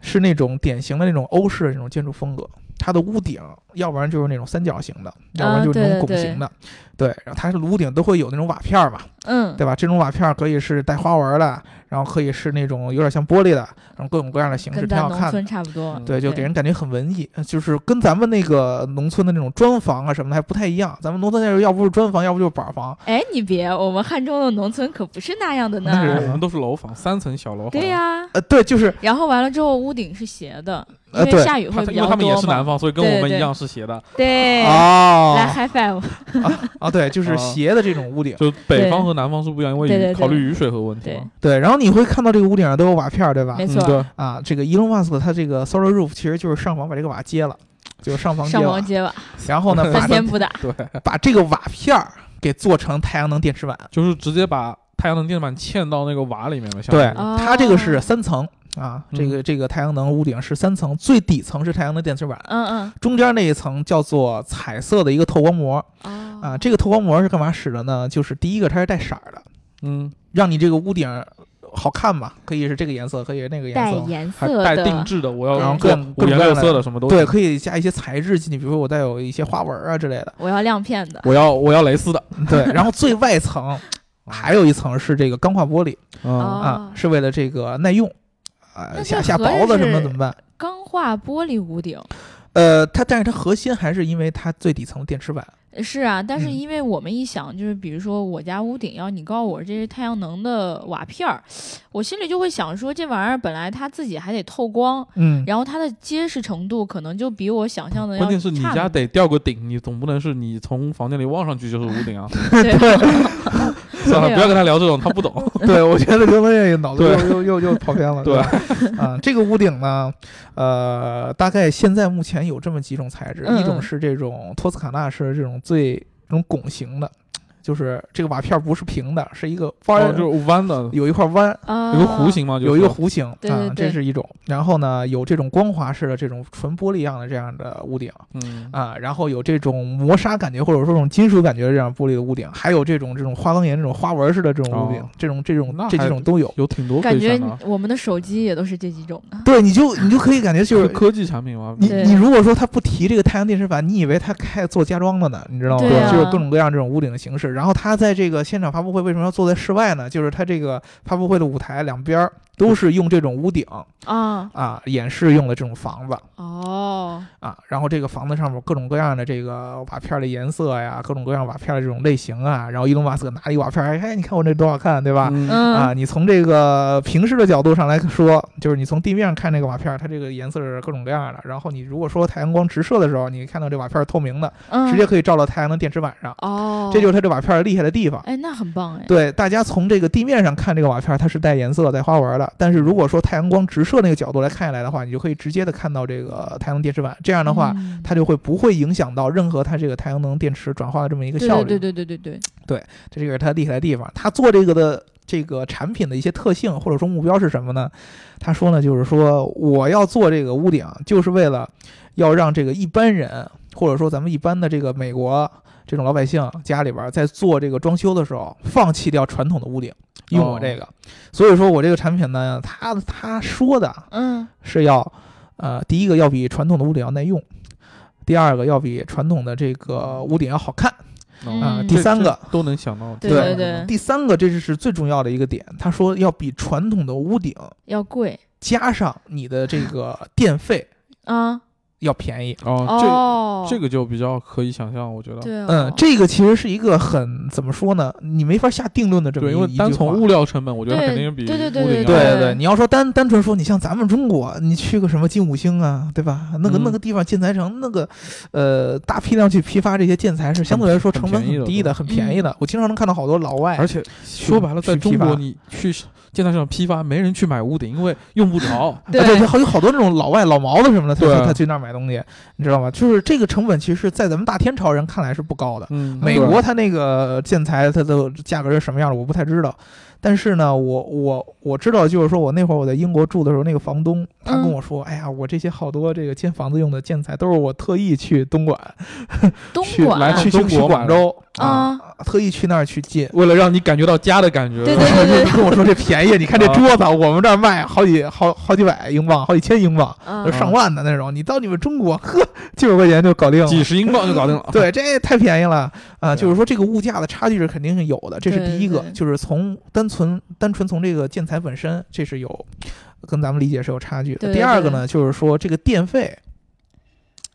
C: 是那种典型的那种欧式的那种建筑风格。它的屋顶，要不然就是那种三角形的，要不然
B: 啊
C: 就是
B: 对
C: 那
B: 对
C: 种拱
B: 对
C: 形的，对。然后它的屋顶都会有那种瓦片儿嘛，
B: 嗯，
C: 对吧？这种瓦片儿可以是带花纹的，然后可以是那种有点像玻璃的，然后各种各样的形式，
B: 跟
C: 挺
B: 咱
C: 好
B: 农
C: 看的嗯
B: 村。差不多，
C: 对，就给人感觉很文艺，呃就是跟咱们那个农村的那种砖房啊什么的还不太一样。咱们农村那时候要不是砖房，要不就是板房。
B: 哎，你别，我们汉中的农村可不是那样的
C: 那
D: 我
C: 是
B: 呢。
D: 们都是楼房，三层小楼房。啊
B: 对呀、
C: 呃，对，就是
B: 然后完了之后屋顶是斜的，因
C: 呃对
B: 为下雨
D: 他
B: 会比
D: 因为
B: 较
D: 他们也
B: 多
D: 是南
B: 嘛。
D: 方，所以跟我
B: 对
D: 们
B: 对
D: 一样是斜的，
B: 对，
C: 哦
B: 哎来 high five，
C: 啊，对，就是
D: 哦
C: 斜的这种屋顶。
D: 就北方
B: 对
D: 和南方是不一样，因为
B: 对
D: 雨
B: 对对
D: 考虑雨水和问题
B: 对
D: 嘛。，
C: 对，然后你会看到这个屋顶上都有瓦片儿，对吧
B: 没？
D: 嗯
B: 错，
D: 对，
C: 啊，这个 Elon Musk 他这个 solar roof 其实就是上房把这个瓦接了，就是上房接
B: 上
C: 瓦
B: 房，揭 瓦，
C: 然 后呢把
B: 翻天不打，
C: 把这个瓦片儿给做成太阳能电池板。
D: 就是直接把太阳能电板嵌到那个瓦里面嘛。相
C: 对
D: 当于
B: 哦
C: 它这个是三层啊，
D: 嗯
C: 这个这个太阳能屋顶是三层，最底层是太阳能电池板，
B: 嗯
C: 中间那一层叫做彩色的一个透光膜
B: 嗯，
C: 啊。这个透光膜是干嘛使的呢？就是第一个它是带色儿的，
D: 嗯，
C: 让你这个屋顶好看嘛，可以是这个颜色，可以是那个颜
B: 嗯带
C: 色。
B: 颜
D: 还
B: 色
D: 带定
B: 的，
D: 制的，我要
B: 然后
D: 各
C: 各各
D: 五颜
C: 种各
D: 六
C: 样的
D: 色的什么都
C: 对，
D: 有
C: 可以加一些材质进去，比如说我带有一些花纹啊之类 的。
B: 我要亮片的，
D: 我要我要蕾丝的，
C: 对，然后最外层还有一层是这个钢化玻璃
D: 嗯，
C: 啊
B: 哦，
C: 是为了这个耐用啊，
B: 那
C: 下
B: 这
C: 下
B: 合着
C: 雹子什么的
B: 是
C: 怎么办？
B: 钢化玻璃屋顶。
C: 呃，它但是它核心还是因为它最底层的电池板，
B: 是啊，但是
C: 嗯
B: 因为我们一想，就是比如说我家屋顶要你告我这是太阳能的瓦片儿，我心里就会想说，这玩意儿本来它自己还得透光，
C: 嗯，
B: 然后它的结实程度可能就比我想象的要
D: 关键是你
B: 差
D: 家
B: 得
D: 得吊个顶，你总不能是你从房间里望上去就是屋 顶啊。
B: 对
D: 算了，
B: 对啊
D: 不要跟他聊这种，他 不懂。
C: 对我觉得刘文也脑子
D: 对
C: 又又又又跑偏了，
D: 对
C: 吧，啊，这个屋顶呢，呃，大概现在目前有这么几种材质，
B: 嗯
C: 一种
B: 嗯
C: 是这种托斯卡纳式的这种最这种拱形的，就是这个瓦片不是平的，是一个弯
D: 然
C: 儿，
D: 后哦就是弯的，
C: 有一块弯，
B: 啊，
D: 有个弧，形嘛，就
C: 哦
D: 是
C: 有一个弧形
B: 对对
C: 啊，
B: 对
C: 这是一种。然后呢，有这种光滑式的这种纯玻璃样的这样的屋顶，
D: 嗯，
C: 啊，然后有这种磨砂感觉或者说这种金属感觉的这样玻璃的屋顶，还有这种这种花岗岩这种花纹式的这种屋顶，
D: 哦
C: 这种这种
D: 那
C: 这
D: 还
C: 几种都有。
D: 有挺多可
B: 感
D: 以
B: 觉
D: 选
C: 啊
D: 的，
B: 我们的手机也都是这几种的，
C: 对，你就你就可以感觉就
D: 就是
C: 是
D: 科技产品嘛。
C: 你
B: 对
C: 你如果说他不提这个太阳电池板，你以为他开做家装的呢，你知道吗？
B: 对啊
C: 就是各种各样这种屋顶的形式，是，然后他在这个现场发布会为什么要坐在室外呢？就是他这个发布会的舞台两边儿都是用这种屋顶
B: 啊，
C: 啊演示用的这种房子
B: 哦，
C: 啊，然后这个房子上面各种各样的这个瓦片儿的颜色呀，各种各样瓦片儿的这种类型啊，然后伊隆马斯克拿了一瓦片儿，哎，你看我这多好看，对吧？
D: 嗯
B: 嗯，
C: 啊，你从这个平视的角度上来说，就是你从地面上看这个瓦片儿，它这个颜色是各种各样的。然后你如果说太阳光直射的时候，你看到这瓦片儿透明的，
B: 嗯
C: 直接可以照到太阳能电池板上，
B: 哦，
C: 这就是它这瓦片儿厉害的地方。
B: 哎，那很棒哎，
C: 对，大家从这个地面上看这个瓦片儿，它是带颜色、带花纹的。但是如果说太阳光直射那个角度来看下来的话，你就可以直接的看到这个太阳能电池板。这样的话，
B: 嗯
C: 它就会不会影响到任何它这个太阳能电池转化的这么一个
B: 对
C: 效率。
B: 对对对对对对，
C: 这就是它厉害的地方。它做这个的这个产品的一些特性或者说目标是什么呢？他说呢，就是说我要做这个屋顶，就是为了要让这个一般人或者说咱们一般的这个美国这种老百姓家里边儿在做这个装修的时候，放弃掉传统的屋顶，用我这个。所以说我这个产品呢，他他说的
B: 嗯
C: 是要，呃，第一个要比传统的屋顶要耐用。第二个要比传统的这个屋顶要好看啊、
B: 嗯
C: 第三个
D: 这都能想到，
B: 对
C: 对
B: 对，
C: 第三个，这就是最重要的一个点，他说要比传统的屋顶
B: 要贵
C: 加上你的这个电费
B: 啊，
C: 要便宜。
D: 哦，
B: 哦
D: 这，这个就比较可以想象，我觉得。
B: 对哦，
C: 嗯，这个其实是一个很怎么说呢？你没法下定论的这么
D: 对，
C: 一
D: 因为
C: 一句
D: 单从
C: 话
D: 物料成本，我觉得
B: 对
D: 肯定是比
B: 对对对
D: 屋顶
C: 对
D: 要
C: 对对，你要说单单纯说，你像咱们中国，你去个什么金五星啊，对吧？那个、
D: 嗯
C: 那个地方建材城，那个呃，大批量去批发这些建材是相对来说成本
D: 很便宜
C: 很
D: 的嗯
C: 低的，很便宜的。我经常能看到好多老外，
D: 而且说白了，在
C: 去
D: 中
C: 批发
D: 国你去建材市场批发，没人去买屋顶，因为用不 着。
C: 啊对对，还有好多那种老外老毛子什么的，他
D: 对啊
C: 他他去那儿买东西，你知道吗？就是这个成本，其实，在咱们大天朝人看来是不高的。
D: 嗯，
C: 美国它那个建材，它的价格是什么样的，我不太知道。但是呢，我我我知道，就是说我那会儿我在英国住的时候，那个房东他跟
B: 嗯
C: 我说，哎呀，我这些好多这个建房子用的建材都是我特意去东莞、
B: 东
C: 去
B: 莞
C: 来去去
D: 中
C: 去
D: 国
C: 广
D: 买
C: 州
B: 的啊，
C: 特意去那儿去进。
D: 为了让你感觉到家的感觉，
B: 对对对对
C: 跟我说这便宜，你看这
B: 啊
C: 桌子，我们这儿卖好几好好几百英镑，好几千英镑。
B: 嗯
C: 就上万的那种。你到你们中国，呵，几百块钱就搞定
D: 几
C: 了。
D: 十英镑就搞定了。
C: 对，这也太便宜了啊、
D: 对
C: 就是说，这个物价的差距是肯定是有的，这是
B: 对
C: 第一个
B: 对，
C: 就是从单纯单纯从这个建材本身，这是有跟咱们理解是有差距的。
B: 对
C: 第二个呢，就是说这个电费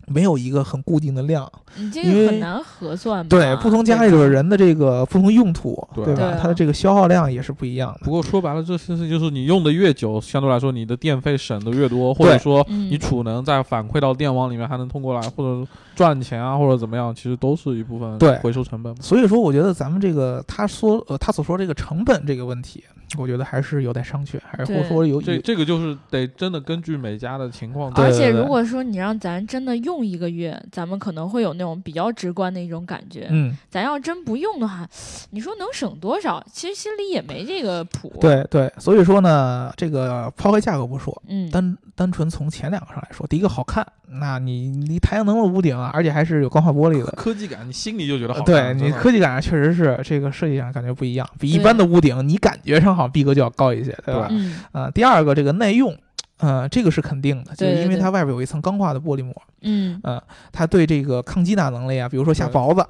C: 没有一个很固定的量，
B: 你这
C: 因
B: 个
C: 为
B: 很难核算吧，
C: 对，不同家里
B: 啊对吧
C: 的人的这个不同用途，
D: 对
C: 对
B: 对
C: 吧
B: 啊？
C: 它的这个消耗量也是不一样的
D: 不。过说白了，这事情就是你用的越久，相对来说你的电费省的越多，或者
C: 对
D: 说
B: 嗯
D: 你储能再反馈到电网里面，还能通过来或者赚钱啊，或者怎么样，其实都是一部分
C: 对
D: 回收成本嘛。
C: 所以说，我觉得咱们这个他说呃他所说这个成本这个问题，我觉得还是有待商榷，还是或者
B: 对
C: 说有
D: 这
C: 有
D: 这个就是得真的根据每家的情况。
C: 对
B: 而且
C: 对
B: 如果说你让咱真的用一个月，咱们可能会有那种比较直观的一种感觉。
C: 嗯。
B: 咱要真不用的话，你说能省多少？其实心里也没这个谱。，
C: 对对，所以说呢，这个抛开价格不说，
B: 嗯，
C: 单单纯从前两个上来说，第一个好看，那你你太阳能的屋顶啊，而且还是有钢化玻璃的。
D: 科技感，你心里就觉得
C: 呃
D: 好
C: 对
D: 看。
C: 你
D: 真的
C: 科技感啊上确实是这个设计上感觉不一样，比一
B: 对
C: 般的屋顶你感觉上好像逼格就要高一些，对吧？
B: 嗯
C: 啊、第二个这个耐用，呃，这个是肯定的，就
B: 对
C: 是
B: 对
C: 因为
B: 对
C: 它外边有一层钢化的玻璃膜，
B: 嗯
C: 它对这个抗击打能力啊，比如说下雹子，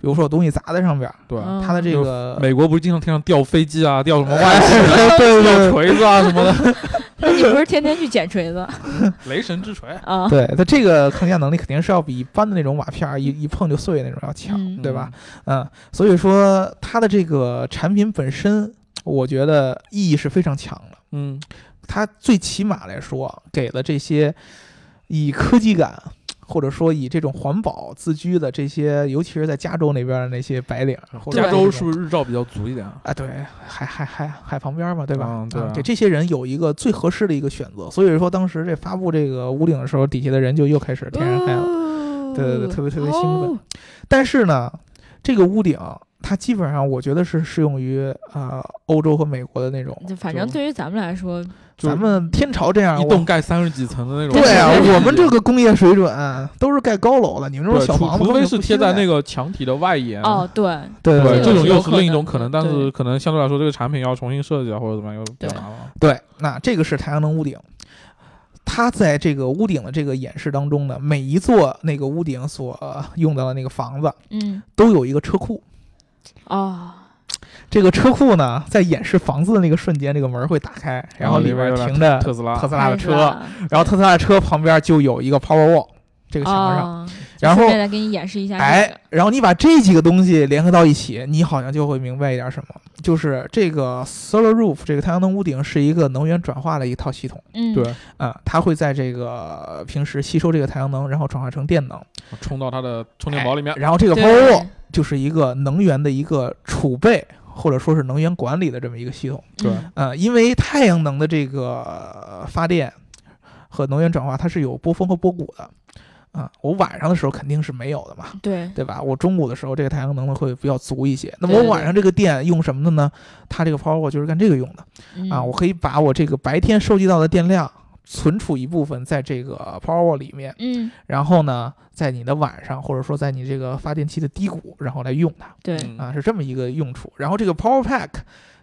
C: 比如说有东西砸在上边儿，
D: 对，
B: 嗯
C: 它的这
D: 就
C: 个
D: 美国不是经常天上掉飞机啊，掉什么外啊
C: 哎 对对对
D: 掉锤子啊什么 的，
B: 那你不是天天去捡锤子
D: 雷神之锤。
B: 啊？
C: 对它这个抗压能力肯定是要比一般的那种瓦片儿一一碰就碎那种要强，
B: 嗯
C: 对吧？嗯，所以说它的这个产品本身，我觉得意义是非常强的。
D: 嗯？
C: 它最起码来说，啊给了这些以科技感或者说以这种环保自居的这些，尤其是在加州那边的那些白领，或
D: 嗯，
C: 者
D: 加州是不
C: 是？
D: 是日照比较足一点啊？
C: 啊，对，海海海海旁边嘛，对吧？
D: 嗯对啊
C: 啊给这些人有一个最合适的一个选择。所以说，当时这发布这个屋顶的时候，底下的人就又开始
D: 嗯
C: 天然黑了。
B: 哦
C: 对对对特别特别兴奋
B: 哦
C: 但是呢，这个屋顶啊它基本上我觉得是适用于呃欧洲和美国的那种，
B: 就哦反正
D: 就
B: 对于咱们来说，
D: 就
C: 咱们天朝这样
D: 一
C: 我
D: 栋盖三十几层的那种。
C: 对啊，
B: 对
C: 我们这个工业水准都是盖高楼了，你们这种
D: 对，
C: 小
D: 除
C: 房子
D: 除
C: 根本
D: 非
C: 就不
D: 是贴
C: 新
D: 在
C: 的
D: 那个墙体的外
C: 哎
D: 沿。
B: 哦，对
C: 对
D: 对，
C: 对
D: 这种
B: 有
D: 又
B: 可
D: 是
B: 能
D: 另一种可能，
B: 对
D: 但是可能相对来说，这个产品要重新设计啊，或者怎么样，又比较
B: 对
D: 麻烦。
C: 对，那这个是太阳能屋顶。它在这个屋顶的这个演示当中呢，每一座那个屋顶所用到的那个房子
B: 嗯
C: 都有一个车库，
B: 哦，
C: 这个车库呢，在演示房子的那个瞬间，这个门会打开，然后里
D: 哦边
C: 边
D: 有辆
C: 停着
D: 特斯拉
C: 特，斯拉的
B: 太
C: 车，
B: 热了
C: 然后特斯拉的车旁边就有一个 Power Wall 这个墙上，
B: 哦，
C: 然后
B: 顺便来给你演示一下这
C: 哎
B: 个，，
C: 然后你把这几个东西联合到一起，你好像就会明白一点什么，就是这个 Solar Roof 这个太阳能屋顶是一个能源转化的一套系统
B: 嗯，
D: 对，
C: 啊、它会在这个平时吸收这个太阳能，然后转化成电能，
D: 充到它的充电宝里面
C: 哎。然后这个
B: 对
C: Power Wall 就是一个能源的一个储备，或者说是能源管理的这么一个系统。
D: 对
B: 嗯
C: 呃，因为太阳能的这个呃发电和能源转化，它是有波峰和波谷的。啊、我晚上的时候肯定是没有的嘛，
B: 对，
C: 对吧？我中午的时候，这个太阳能会比较足一些。那么
B: 对
C: 我
B: 对
C: 晚
B: 对
C: 上这个电用什么的呢？它这个 Power Wall 就是干这个用的啊。
B: 嗯
C: 我可以把我这个白天收集到的电量存储一部分在这个 Power Wall 里面，
B: 嗯，
C: 然后呢，在你的晚上或者说在你这个发电期的低谷，然后来用它。
B: 对，
D: 嗯
C: 啊，是这么一个用处。然后这个 Power Pack，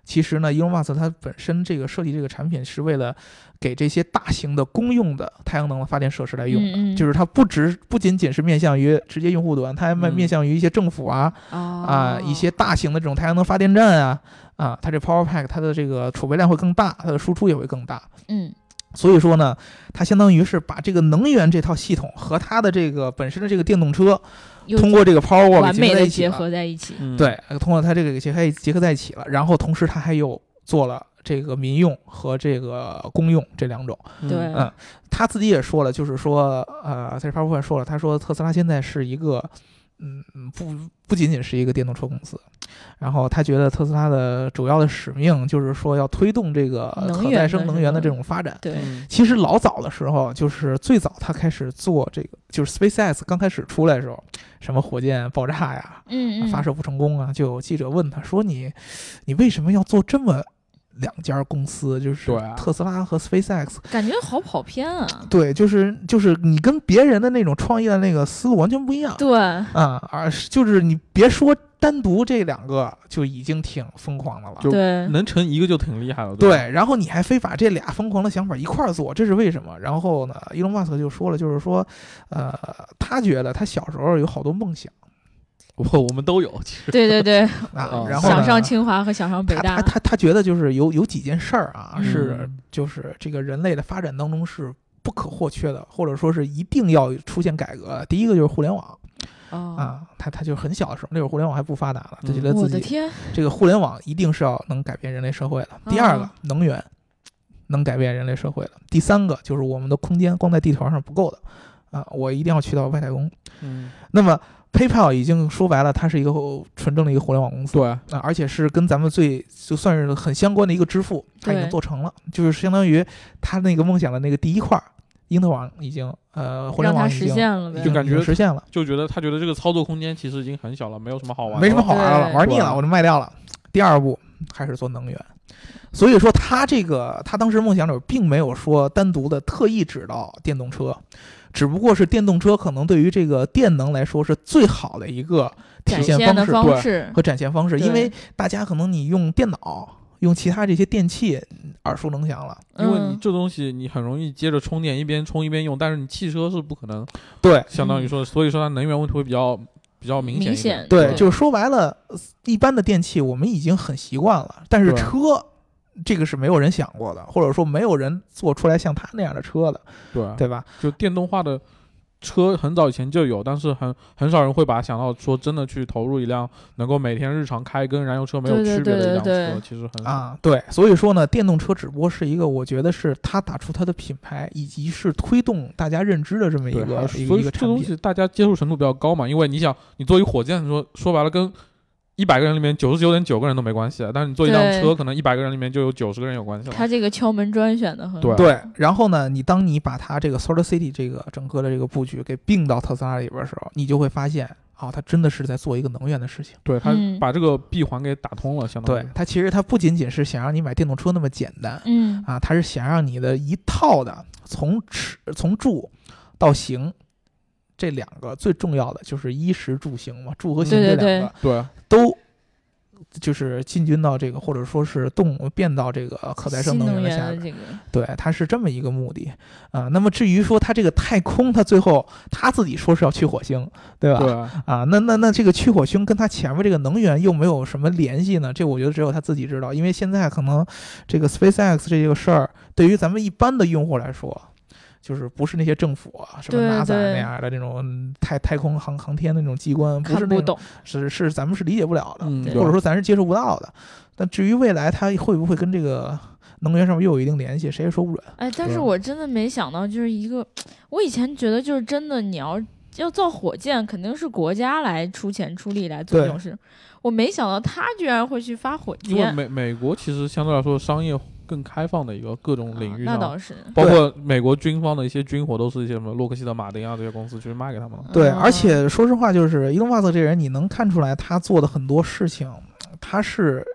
C: 其实呢，Elon Musk 他本身这个设计这个产品是为了给这些大型的公用的太阳能的发电设施来用的。
B: 嗯嗯
C: 就是它不只不仅仅是面向于直接用户端，它还面
D: 嗯
C: 面向于一些政府啊、啊
B: 啊
C: 一些大型的这种太阳能发电站啊啊，它这 Power Pack 它的这个储备量会更大，它的输出也会更大。
B: 嗯
C: 所以说呢，它相当于是把这个能源这套系统和它的这个本身的这个电动车，
B: 又
C: 通过这个 Power Wall
B: 完
C: 给结
B: 美
C: 合
B: 的
C: 在一起
B: 结
C: 了
B: 合在一起，
D: 嗯
C: 对，呃通过它这个给结合结合在一起了，然后同时它还有做了这个民用和这个公用这两种。
D: 嗯
B: 对
C: 嗯他自己也说了，就是说，呃，在发布会上说了，他说特斯拉现在是一个，嗯，不不仅仅是一个电动车公司，然后他觉得特斯拉的主要的使命就是说要推动这个
B: 能
C: 可
B: 源
C: 再
B: 的
C: 生能
B: 这
C: 源的
B: 个
C: 这种发展。
B: 对，
D: 嗯
C: 其实老早的时候，就是最早他开始做这个，就是 SpaceX 刚开始出来的时候，什么火箭爆炸呀，
B: 嗯嗯，
C: 发射不成功啊，就有记者问他说你：“你为什么要做这么两家公司？就是
D: 对啊
C: 特斯拉和 SpaceX，
B: 感觉好跑偏啊，
C: 对，就是就是你跟别人的那种创业的那个思路完全不一样
B: 对，
C: 啊、而是就是你别说单独这两个就已经挺疯狂的了。”
D: 就
B: 对，
D: 能成一个就挺厉害了。吧，
C: 对，然后你还非把这俩疯狂的想法一块儿做，这是为什么？然后呢，伊隆马斯克就说了，就是说，呃，他觉得他小时候有好多梦想
D: 我我们都有，其实
B: 对对对，
C: 啊
D: 哦，
C: 然后呢
B: 想上清华和想上北
C: 他
B: 大
C: 他，他他觉得就是有有几件事儿啊，
B: 嗯
C: 是就是这个人类的发展当中是不可或缺的，或者说是一定要出现改革的。第一个就是互联网
B: 哦，
C: 啊，他他就很小的时候，那会儿互联网还不发达呢，他觉
D: 嗯
C: 得
B: 我
C: 自
B: 的
C: 己
B: 天，
C: 这个互联网一定是要能改变人类社会的。第二个
B: 啊，
C: 能源能改变人类社会的。第三个就是我们的空间光在地球上不够的啊，我一定要去到外太空。
D: 嗯，
C: 那么 PayPal 已经说白了，它是一个纯正的一个互联网公司。
D: 对，
C: 啊，而且是跟咱们最就算是很相关的一个支付，它已经
B: 对
C: 做成了，就是相当于他那个梦想的那个第一块儿，英特网已经呃互联
B: 让
C: 网
B: 它
C: 已
B: 实
C: 经
B: 现了
C: 已
B: 呗
C: 经，
D: 感
C: 已经
D: 觉
C: 实现了，
D: 就觉得他觉得这个操作空间其实已经很小了，没有什么好玩的，
C: 没什么好玩的了，
B: 对
C: 玩腻了
D: 对
C: 我就卖掉了。第二步还是做能源，所以说他这个他当时梦想里并没有说单独的特意指到电动车，只不过是电动车可能对于这个电能来说是最好的一个体
B: 展
C: 现
B: 现的
C: 式，
B: 方式，
C: 和展现方式，因
B: 对
C: 为大家可能你用电脑、用其他这些电器嗯耳熟能详了。
D: 因为你
B: 嗯
D: 这东西你很容易接着充电，一边充一边用，但是你汽车是不可能，
C: 对
D: 相当于说，所以说它能源问题会比较比较明显
B: 嗯
D: 一
B: 明
D: 点。
B: 显，
C: 对，就是说白了，一般的电器我们已经很习惯了，但是
D: 对
C: 车这个是没有人想过的，或者说没有人做出来像他那样的车的，
D: 对，
C: 对吧？
D: 就电动化的车很早以前就有，但是很很少人会把它想到说真的去投入一辆能够每天日常开跟燃油车没有
B: 对对
D: 区别的
B: 对
D: 一辆车，
B: 对对
D: 其实很少
C: 啊，对，所以说呢，电动车只不过是一个，我觉得是他打出他的品牌，以及是推动大家认知的这么一
D: 对，还
C: 个
D: 是
C: 一
D: 所
C: 个
D: 以
C: 一
D: 这
C: 个产
D: 东
C: 品。
D: 西大家接受程度比较高嘛，因为你想，你做一火箭说说白了跟。一百个人里面九十九点九个人都没关系，啊但是你做一辆
B: 对
D: 车，可能一百个人里面就有九十个人有关系了。
B: 他这个敲门砖选的很
D: 对
B: 好
C: 对，然后呢，你当你把它这个 Solar City 这个整个的这个布局给并到特斯拉里边的时候，你就会发现，哦，它真的是在做一个能源的事情。
D: 对他
B: 嗯
D: 把这个闭环给打通了，相当
C: 对
D: 于。，
C: 它其实它不仅仅是想让你买电动车那么简单
B: 嗯，
C: 啊，它是想让你的一套的从吃从住到行。这两个最重要的就是衣食住行嘛，住和行
B: 对
D: 啊
C: 这
B: 对
C: 两个
D: 对
C: 都就是进军到这个，或者说是动变到这个可再生
B: 新能
C: 源的下
B: 源
C: 边
B: 的这个，
C: 对，它是这么一个目的啊、那么至于说它这个太空，它最后他自己说是要去火星，对吧？
D: 对
C: 啊，那那那这个去火星跟它前面这个能源又没有什么联系呢？这我觉得只有他自己知道，因为现在可能这个 SpaceX 这个事儿，对于咱们一般的用户来说。就是不是那些政府啊，什么
B: 对
C: NASA
B: 对
C: 那样的那种太太空航航天的那种机关，不
B: 看
C: 是
B: 不
C: 那种
B: 懂，
C: 是是咱们是理解不了的，
D: 嗯，
B: 对
C: 或者
D: 对
C: 说咱是接触不到的。但至于未来它会不会跟这个能源上面又有一定联系，谁也说不准。
B: 哎，但
D: 对
B: 是我真的没想到，就是一个，我以前觉得就是真的，你要要造火箭，肯定是国家来出钱出力来做这
C: 对
B: 种事，我没想到他居然会去发火
D: 因为
B: 箭，
D: 美美国其实相对来说商业更开放的一个各种领
B: 啊
D: 域
B: 那
D: 上，
B: 倒是，
D: 包括美国军方的一些军火都是一些什么洛克希德马丁啊这些公司去卖给他们了。
C: 对，
B: 啊
C: 而且说实话，就是伊隆马斯克这人，你能看出来他做的很多事情，他是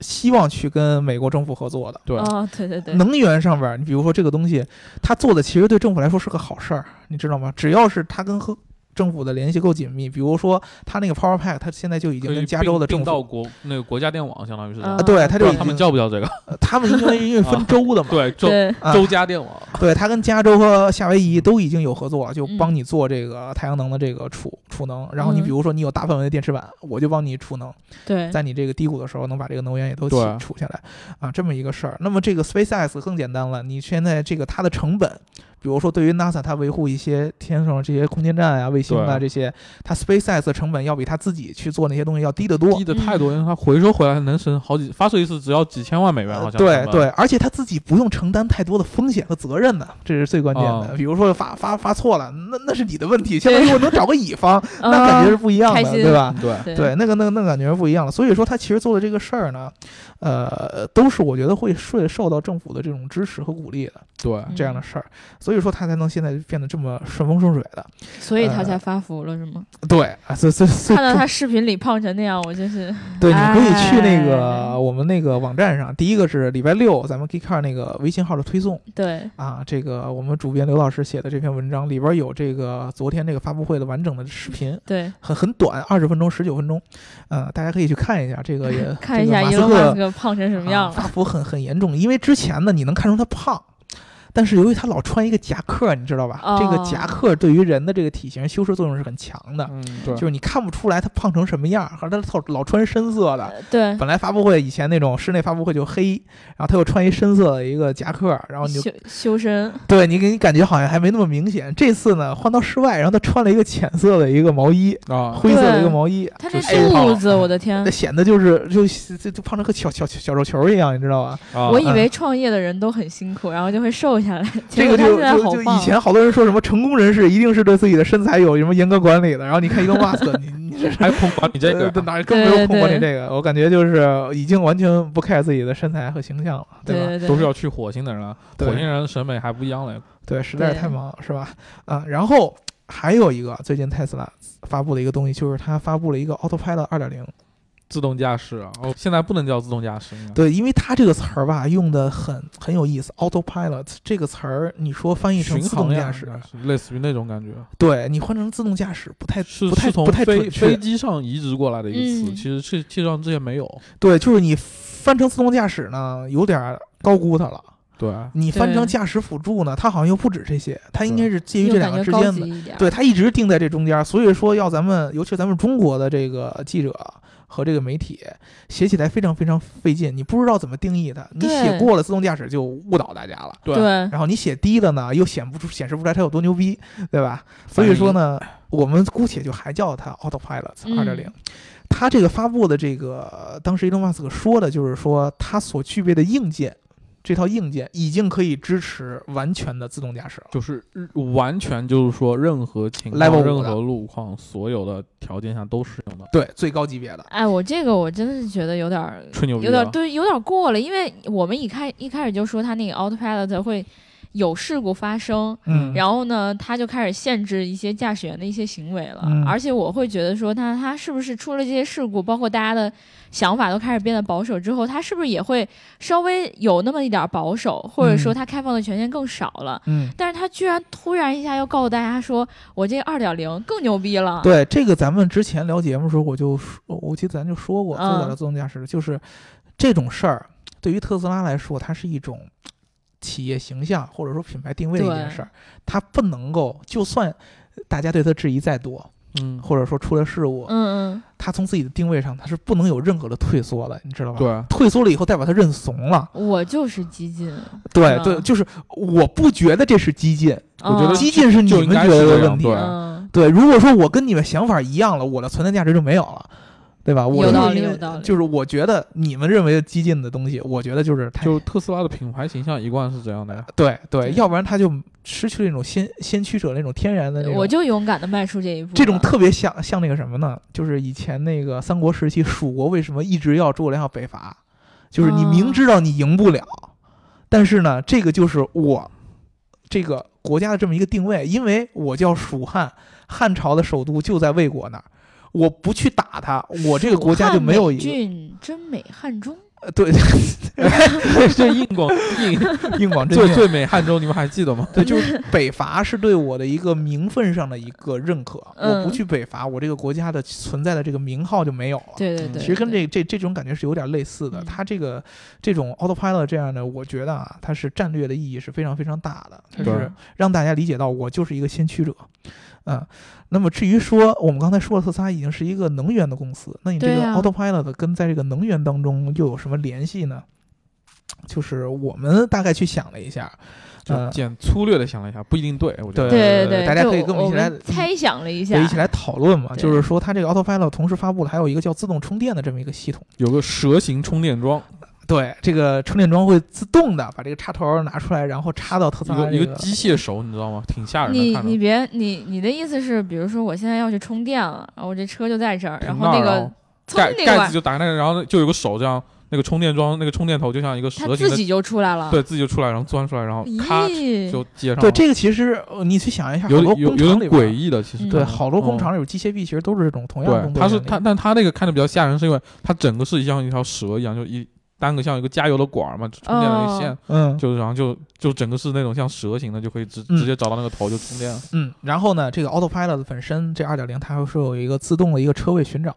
C: 希望去跟美国政府合作的。
D: 对，
B: 哦，对对对，
C: 能啊源上边，你比如说这个东西，他做的其实对政府来说是个好事儿，你知道吗？只要是他跟和政府的联系够紧密，比如说他那个 Power Pack，他现在就已
D: 可
C: 经
D: 以
C: 跟加州的政
D: 并并到
C: 府，
D: 国那个国家电网，相当于是这样
B: 啊
C: 啊，对，他
D: 不
C: 就已
D: 知道
C: 经
D: 他们叫不叫这个？
C: 呃他们因为因 为分
D: 啊
C: 州的嘛，
D: 对，州
B: 对，
C: 啊
D: 州家电网。
C: 对他跟加州和夏威夷都已经有合作了，就帮你做这个太阳能的这个储储能。然后你
B: 嗯哎
C: 比如说你有大范围的电池板，我就帮你储能，
B: 对，
C: 在你这个低谷的时候能把这个能源也都起
D: 对
C: 储下来啊，这么一个事儿。那么这个 SpaceX 更简单了，你现在这个它的成本，比如说对于 NASA 它维护一些天上这些空间站啊、卫星啊
D: 对
C: 这些，它 SpaceX 的成本要比它自己去做那些东西要低得多
D: 低。的太多，因为它回收回来能省好几，发射一次只要几千万美元，好像
C: 对
D: 成本
C: 对，，而且他自己不用承担太多的风险和责任呢，这是最关键的。
D: 哦
C: 比如说发发发错了，那那是你的问题，相当于我能找个乙方，那
B: 啊
C: 感觉是不一样的，
B: 开心嗯
C: 对吧？
D: 对
B: 哦对
C: 对，那个那个那个感觉是不一样了。所以说，他其实做的这个事儿呢，呃，都是我觉得会受受到政府的这种支持和鼓励的
D: 对
C: 这
B: 嗯
C: 样的事儿，所以说他才能现在变得这么顺风顺水的。
B: 所以他
C: 呃
B: 才发福了是吗？
C: 对啊，所以所以所以
B: 看到他视频里胖成那样，我真是
C: 对，你可以去那
B: 哎
C: 个我们那个网站上，第一个是礼拜六咱们 Geekcar 那个微信号的推送。
B: 对，
C: 啊，这个我们主编刘老师写的这篇文章里边有这个昨天这个发布会的完整的视频，
B: 对，
C: 很很短，二十分钟、十九分钟，呃，大家可以去看一下。这个也
B: 看一下伊
C: 哎这
B: 隆
C: 个
B: 马
C: 马
B: 斯
C: 斯克
B: 克胖成什么
C: 啊
B: 样
C: 发
B: 了。
C: 福很很严重，因为之前呢，你能看出他胖。但是由于他老穿一个夹克，你知道吧？这个夹
B: 哦
C: 克对于人的这个体型修饰作用是很强的，
D: 嗯对
C: 就是你看不出来他胖成什么样儿，而他老老穿深色的，
B: 呃对，
C: 本来发布会以前那种室内发布会就黑，然后他又穿一深色的一个夹克，然后你就
B: 修修身，
C: 对你给你感觉好像还没那么明显。这次呢，换到室外，然后他穿了一个浅色的一个毛衣，
D: 啊，
C: 灰色的
B: 对
C: 一个毛衣，
B: 他这
D: 就修
B: 肚
C: 好
B: 子，我的天
C: 那！显得就是就就就胖成个小小小肉球一样，你知道吧？
D: 啊
B: 我以为创业的人都很辛苦，然后就会瘦 下来，结
C: 啊这
B: 果
C: 个
B: 他
C: 就
B: 现在
C: 就
B: 好
C: 就以
B: 棒。
C: 前好多人说什么成功人士一定是对自己的身材有什么严格管理的，然后你看 Elon Musk，你 你这
D: 还捧管你这个
C: 呃，哪儿更没有
B: 对对
C: 空管理
B: 对
C: 这个？我感觉就是已经完全不 care 自己的身材和形象了，
B: 对
C: 吧？
B: 对对，
D: 都是要去火星的人了，啊
C: 对
D: 火星人审美还不一样嘞。
C: 对，实在是
B: 对
C: 太忙了，是吧？啊，然后还有一个最近特斯拉发布的一个东西，就是它发布了一个 Autopilot 二点零。
D: 自动驾驶啊，哦，现在不能叫自动驾驶，应该
C: 对，因为它这个词儿吧用的很很有意思，Autopilot 这个词儿你说翻译成
D: 巡
C: 自
D: 航
C: 动
D: 呀
C: 驾驶
D: 应，该是类似于那种感觉，
C: 对你换成自动驾驶不太
D: 是
C: 哎不太
D: 是从
C: 不太
D: 飞
C: 准确
D: 飞机上移植过来的一个词，
B: 嗯
D: 其实是其实上之前没有。
C: 对，就是你翻成自动驾驶呢，有点儿高估它了。
D: 对，
C: 你翻成
B: 对
C: 驾驶辅助呢，它好像又不止这些，它应该是介于
B: 又
C: 这
B: 感
C: 两个
B: 觉
C: 之
B: 高
C: 间
B: 级
C: 的。
B: 一点儿。
C: 对，它一直定在这中间儿，所以说要咱们，尤其是咱们中国的这个记者和这个媒体写起来非常非常费劲，你不知道怎么定义它，你
B: 对
C: 写过了自动驾驶就误导大家了。
D: 对啊
B: 对
C: 然后你写低了呢，又显不出显示不出来它有多牛逼，对吧？所以说呢，我们姑且就还叫它 Autopilot 二点零
B: 嗯。
C: 它这个发布的这个，当时 Elon Musk 说的就是说，它所具备的硬件，这套硬件已经可以支持完全的自动驾驶了。
D: 就是日完全就是说任何情况、
C: Level 五的
D: 任何路况、所有的条件下都适用的，
C: 对，最高级别的。
B: 哎，我这个我真的是觉得有点儿
D: 吹牛逼啊
B: 有点
D: 了。
B: 对，有点过了，因为我们一开一开始就说他那个 autopilot 会有事故发生，
C: 嗯，
B: 然后呢，他就开始限制一些驾驶员的一些行为了。
C: 嗯
B: 而且我会觉得说，那他是不是出了这些事故，包括大家的想法都开始变得保守之后，他是不是也会稍微有那么一点保守，或者说他开放的权限更少了？
C: 嗯，
B: 但是他居然突然一下要告诉大家说，我这二点零更牛逼了。
C: 对这个，咱们之前聊节目的时候，我就说我记得咱就说过，最
B: 嗯
C: 早的自动驾驶就是这种事儿，对于特斯拉来说，它是一种企业形象或者说品牌定位的一件
B: 对
C: 事儿，它不能够就算大家对它质疑再多，
D: 嗯，
C: 或者说出了事故，
B: 嗯嗯，
C: 它从自己的定位上，它是不能有任何的退缩的，你知道吧？，
D: 对，啊
C: 退缩了以后，代表它认怂了。
B: 嗯我就是激进，
C: 对
B: 嗯
C: 对，就是我不觉得这是激进，
D: 我觉得
B: 嗯
C: 激进是你
D: 就
C: 们
D: 应该
C: 觉得
D: 是
C: 的
D: 这样
C: 问题。
D: 对
B: 嗯，
C: 对，如果说我跟你们想法一样了，我的存在价值就没有了，对吧？
B: 有
C: 我就是
B: 道理
C: 因为
B: 有道理
C: 就是我觉得你们认为的激进的东西，我觉得就是太
D: 就特斯拉的品牌形象一贯是这样 的呀。
C: 对对，
B: 对
C: 要不然他就失去了那种先先驱者那种天然的那种。
B: 我就勇敢的迈出这一步了。
C: 这种特别像像那个什么呢？就是以前那个三国时期，蜀国为什么一直要诸葛亮要北伐？就是你明
B: 哦
C: 知道你赢不了，但是呢，这个就是我这个国家的这么一个定位，因为我叫蜀汉，汉朝的首都就在魏国那儿。我不去打他，我这个国家就没有一
B: 蜀
C: 个
B: 汉美俊真美汉中，
C: 呃对
D: 这硬广 硬
C: 硬广真
D: 最
C: 面
D: 最美汉州，你们还记得吗？
C: 对，就是北伐是对我的一个名分上的一个认可。我不
B: 嗯
C: 去北伐，我这个国家的存在的这个名号就没有了。
B: 对对对，
C: 嗯其实跟
B: 对
C: 这这这种感觉是有点类似的。
B: 嗯
C: 它这个这种 autopilot 这样的，我觉得啊，它是战略的意义是非常非常大的，它
B: 嗯
C: 是让大家理解到我就是一个先驱者。嗯，那么至于说我们刚才说了，特斯拉已经是一个能源的公司，那你这个
B: 对啊
C: autopilot 跟在这个能源当中又有什么联系呢？就是我们大概去想了一下，
D: 就
C: 呃
D: 简粗略的想了一下，不一定对，我觉得。
C: 对
B: 对
C: 呃
B: 对，
C: 大家
B: 就
C: 可以跟我们一起来
B: 猜想了一下，
C: 就一起来讨论嘛。
B: 对
C: 就是说，它这个 autopilot 同时发布了还有一个叫自动充电的这么一个系统。
D: 有个蛇形充电桩，
C: 对，这个充电桩会自动的把这个插头拿出来，然后插到特
D: 一
C: 斯拉
D: 个
C: 这
D: 一个机械手，你知道吗？挺吓人的，
B: 你
D: 看
B: 你
D: 着。
B: 别你你的意思是，比如说我现在要去充电了，然后我这车就在这儿，然
D: 停
B: 后
D: 那
B: 那
D: 儿啊
B: 个蹭
D: 盖
B: 那
D: 盖子
B: 个
D: 就打开那个，然后就有个手这样，那个充电桩那个充电头就像一个
B: 它
D: 蛇形
B: 自
D: 的，
B: 己就出来了，
D: 对自己就出来，然后钻出来，然后咔
B: 咦，
D: 就接上了。
C: 对，这个其实呃你去想一下，好
D: 有
C: 多
D: 有有
C: 工厂里
D: 点诡
C: 边，
D: 异的，其实
B: 嗯
C: 对，
D: 嗯
C: 好多工
D: 嗯
C: 厂里有机械臂，其实都是这种同样的
D: 对，
C: 工作
D: 它
C: 原理。
D: 是它，但它那个看着比较吓人，是因为它整个是像一条蛇一样，就一单个像一个加油的管儿嘛，充电的一个线，
C: 嗯
D: 就然后就就整个是那种像蛇形的，就可以直
C: 嗯
D: 直接找到那个头就充电了。
C: 嗯，然后呢，这个 Autopilot 本身这二点零它还是有一个自动的一个车位寻找，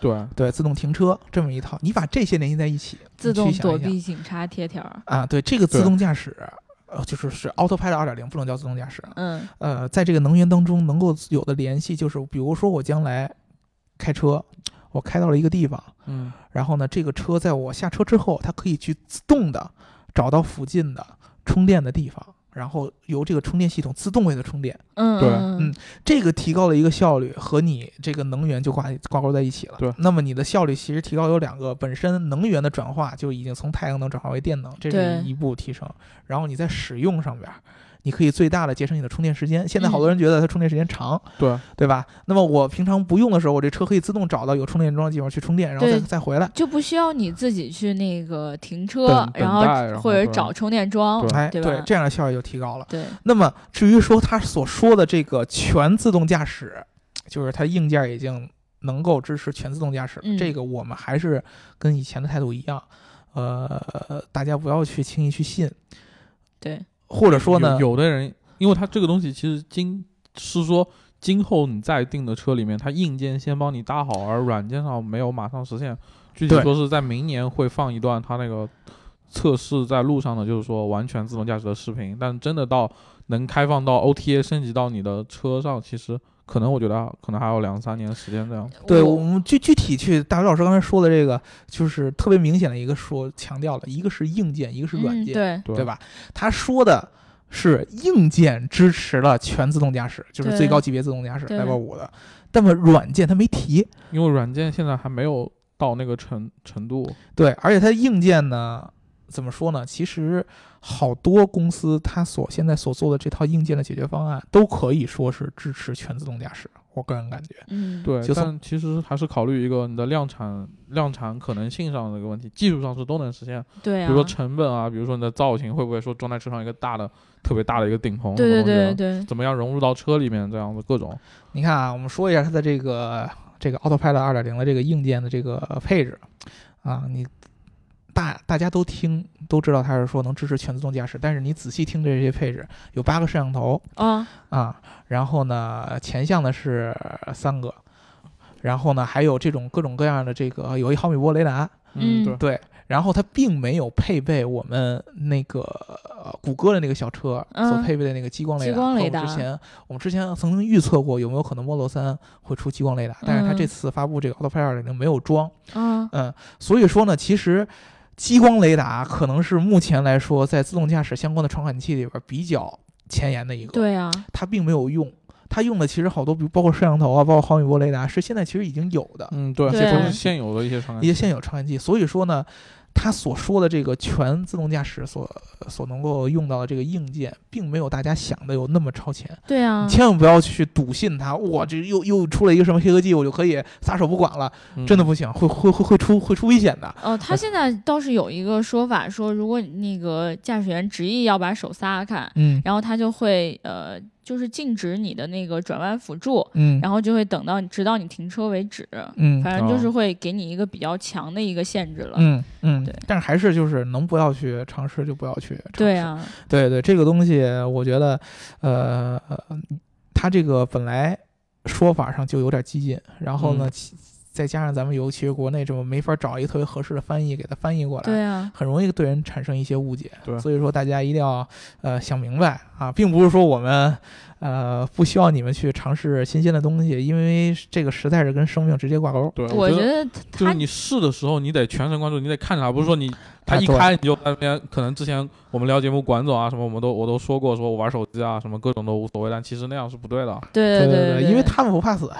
D: 对，
C: 对，自动停车这么一套，你把这些联系在一起，
B: 自
C: 你去
B: 动
C: 想一
B: 躲
C: 想
B: 避警察贴条儿，
C: 啊，对，这个自
D: 对
C: 动驾驶。呃，就是是 Autopilot 二点零不能叫自动驾驶，
B: 嗯
C: 呃，在这个能源当中能够有的联系，就是比如说我将来开车，我开到了一个地方，
D: 嗯，
C: 然后呢，这个车在我下车之后，它可以去自动的找到附近的充电的地方，然后由这个充电系统自动为它充电，
B: 嗯
D: 对
B: 嗯
C: 这个提高了一个效率，和你这个能源就挂挂钩在一起了。
D: 对
C: 那么你的效率其实提高有两个，本身能源的转化就已经从太阳能转化为电能，这是
B: 对
C: 一步提升。然后你在使用上边儿。你可以最大的节省你的充电时间。现在好
B: 嗯
C: 多人觉得它充电时间长，
D: 对，
C: 对吧？那么我平常不用的时候，我这车可以自动找到有充电桩的地方去充电，然后再
B: 对
C: 再回来。
B: 就不需要你自己去那个停车
D: 等，
B: 然
D: 等待然
B: 后
D: 后
B: 或者
D: 是吧
B: 找充电桩，
D: 对
C: 哎，
B: 对
C: 对
B: 吧，
C: 这样的效率就提高了。
B: 对，
C: 那么至于说他所说的这个全自动驾驶，就是它硬件已经能够支持全自动驾驶了，
B: 嗯
C: 这个我们还是跟以前的态度一样，呃，大家不要去轻易去信，
B: 对，
C: 或者说呢，
D: 有有的人，因为它这个东西其实今是说。今后你在订的车里面，它硬件先帮你搭好，而软件上没有马上实现。具体
C: 对
D: 说是在明年会放一段它那个测试在路上的，就是说完全自动驾驶的视频。但真的到能开放到 OTA 升级到你的车上，其实可能我觉得可能还有两三年时间这样。
C: 对我
B: 我
C: 们具具体去大伟老师刚才说的这个，就是特别明显的一个说强调了，一个是硬件，一个是软
B: 嗯
C: 件，
B: 对
D: 对
C: 对？吧？他说的是硬件支持了全自动驾驶，就是
B: 对
C: 最高级别自动驾驶
B: 对
C: Level 五的，那么软件他没提，
D: 因为软件现在还没有到那个程程度，
C: 对，而且它硬件呢，怎么说呢？其实好多公司它所现在所做的这套硬件的解决方案，都可以说是支持全自动驾驶。我个人感觉。
B: 嗯，
D: 对
C: 就，算
D: 但其实还是考虑一个你的量产量产可能性上的一个问题，技术上是都能实现，
B: 对
D: 比
B: 啊，
D: 如说成本啊，比如说你的造型会不会说装在车上一个大的特别大的一个顶棚什
B: 对对
D: 么东西的，
B: 对对，
D: 怎么样融入到车里面这样的各种，
C: 你看啊，我们说一下它的这个这个 Autopilot 二点零的这个硬件的这个配置啊，你大大家都听都知道它是说能支持全自动驾驶，但是你仔细听这些配置，有八个摄像头
B: 啊，
C: 啊，然后呢前向的是三个，然后呢还有这种各种各样的这个有一毫米波雷达，
B: 嗯
D: 对，
C: 对，然后它并没有配备我们那个、呃谷歌的那个小车
B: 嗯
C: 所配备的那个激光雷达。
B: 激光雷达
C: 和我们之前我们之前曾经预测过有没有可能 Model 3会出激光雷达，但是它
B: 嗯
C: 这次发布这个 Autopilot 2.0没有装。
B: 啊，
C: 嗯，所以说呢，其实。激光雷达可能是目前来说，在自动驾驶相关的传感器里边比较前沿的一个。
B: 对啊，
C: 它并没有用，它用的其实好多，比如包括摄像头啊，包括毫米波雷达，是现在其实已经有的。
D: 嗯对，
B: 对
D: 这都是现有的一些传感
C: 一
D: 器
C: 些现有传感器。所以说呢，他所说的这个全自动驾驶所所能够用到的这个硬件，并没有大家想的有那么超前。
B: 对啊
C: 你，千万不要去笃信它，哇，这又又出了一个什么黑科技，我就可以撒手不管了，
D: 嗯
C: 真的不行，会会会会出会出危险的。
B: 哦，他现在倒是有一个说法，说如果你那个驾驶员执意要把手撒开，
C: 嗯
B: 然后他就会呃，就是禁止你的那个转弯辅助，
C: 嗯
B: 然后就会等到你直到你停车为止，
C: 嗯
B: 反正就
D: 哦
B: 是会给你一个比较强的一个限制了。
C: 嗯嗯
B: 对，
C: 但是还是就是能不要去尝试就不要去尝试。
B: 对啊，
C: 对对，这个东西我觉得，呃，它这个本来说法上就有点激进，然后呢，
D: 嗯
C: 其再加上咱们尤其是国内这么没法找一个特别合适的翻译给它翻译过来，
B: 对啊，
C: 很容易对人产生一些误解。
D: 对
C: 所以说大家一定要呃想明白啊，并不是说我们呃不希望你们去尝试新鲜的东西，因为这个实在是跟生命直接挂钩。
D: 对，
B: 我
D: 觉
B: 觉
D: 得
B: 得
D: 就
B: 他
D: 是你试的时候，你得全神贯注，你得看着它，不是说你它
C: 啊
D: 一
C: 对
D: 开你就在那边。可能之前我们聊节目，管总啊什么，我们都我都说过，说我玩手机啊什么各种都无所谓，但其实那样是不对的。
B: 对
C: 对
B: 对
C: 对，因为他们不怕死，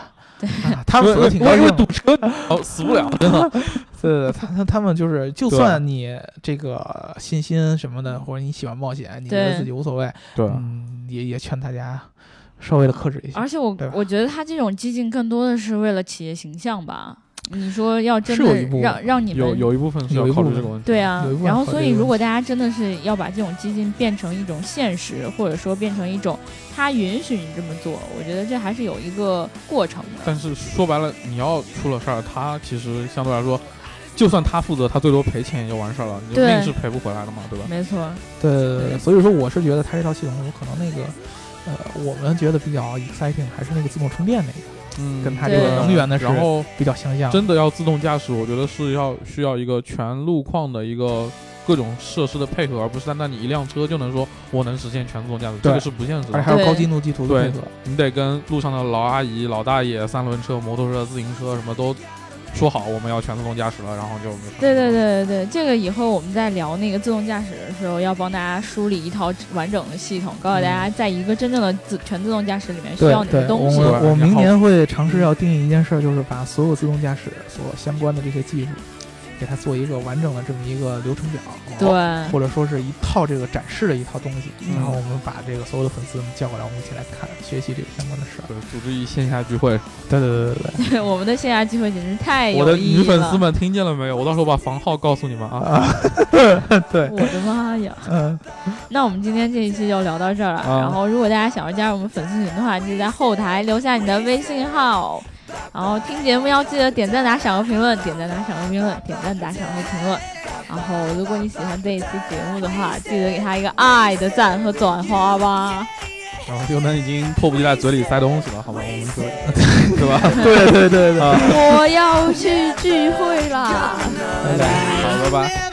B: 对
C: 啊他们死的挺高
D: 因
C: 兴
D: 为
C: 的。
D: 堵车，哦死不了，真的。
C: 对，他他他们就是，就
D: 对嗯
C: 算你这个信心什么的，或者你喜欢冒险，你觉得
B: 对
C: 自己无所谓，
D: 对
C: 嗯，也也劝大家稍微的克制一下
B: 而。且我
C: 对吧
B: 我觉得他这种激进更多的是为了企业形象吧。你说要真
C: 是有一
B: 的
C: 部分
B: 让让你们
D: 有有一部分是
C: 有
D: 要
C: 一
D: 考
C: 部
D: 虑
C: 分
D: 这个问题。
B: 对啊
C: 有一部，分
B: 然后
C: 考
B: 所
C: 虑
B: 以
C: 的
B: 如
C: 问
B: 果大家真的是要把这种激进变成一种现实，或者说变成一种他允许你这么做，我觉得这还是有一个过程的。
D: 但是说白了，你要出了事儿，他其实相对来说，就算他负责，他最多赔钱也就完事儿了，你
B: 对
D: 命是赔不回来的嘛，对吧？
B: 没错，
C: 对对对对，所以说我是觉得它这套系统有可能那个，呃，我们觉得比较 exciting 还是那个自动充电那个
D: 嗯
C: 跟它
B: 这个对
C: 能源的是
D: 然后
C: 比较相像。
D: 真的要自动驾驶，我觉得是要需要一个全路况的一个各种设施的配合，而不是单单你一辆车就能说我能实现全自动驾驶，
C: 对
D: 这个是不现实
C: 而且
D: 的。
C: 还有
B: 对
C: 高精度地图的配合，
D: 你得跟路上的老阿姨、老大爷、三轮车、摩托车、自行车什么都说好，我们要全自动驾驶了，然后就没事儿
B: 对对对对对，这个以后我们在聊那个自动驾驶的时候，要帮大家梳理一套完整的系统，告诉大家在一个真正的自全自动驾驶里面需要哪
C: 对
B: 些，
C: 我
B: 东西。
C: 们我
D: 然
C: 明
D: 后
C: 年会尝试要定义一件事儿，就是把所有自动驾驶所相关的这些技术，给它做一个完整的这么一个流程表。
B: 对，
C: 或者说是一套这个展示的一套东西，
D: 嗯
C: 然后我们把这个所有的粉丝们叫过来，我们一起来看学习这个相关的事儿。
D: 对，组织一线下聚会，
C: 对对对对对，
B: 对我们的线下机会简直太
D: 我
B: 哎有
D: 的
B: 意义
D: 女
B: 了。
D: 粉丝们听见了没有？我到时候把房号告诉你们啊。
C: 对
B: 我的妈呀！
C: 嗯，
B: 那我们今天这一期就聊到这儿了。
D: 啊
B: 然后，如果大家想要加入我们粉丝群的话，记得在后台留下你的微信号。然后听节目要记得点赞、打赏和评论，点赞、打赏和评论，点赞、打赏和评论。然后，如果你喜欢这一期节目的话，记得给他一个爱的赞和转发吧。
D: 然后刘能已经迫不及待嘴里塞东西了，好吧，我们说， 对吧？
C: 对对对对对。
B: 我要去聚会啦！
A: 拜
C: 拜
A: 拜，
D: 好拜拜。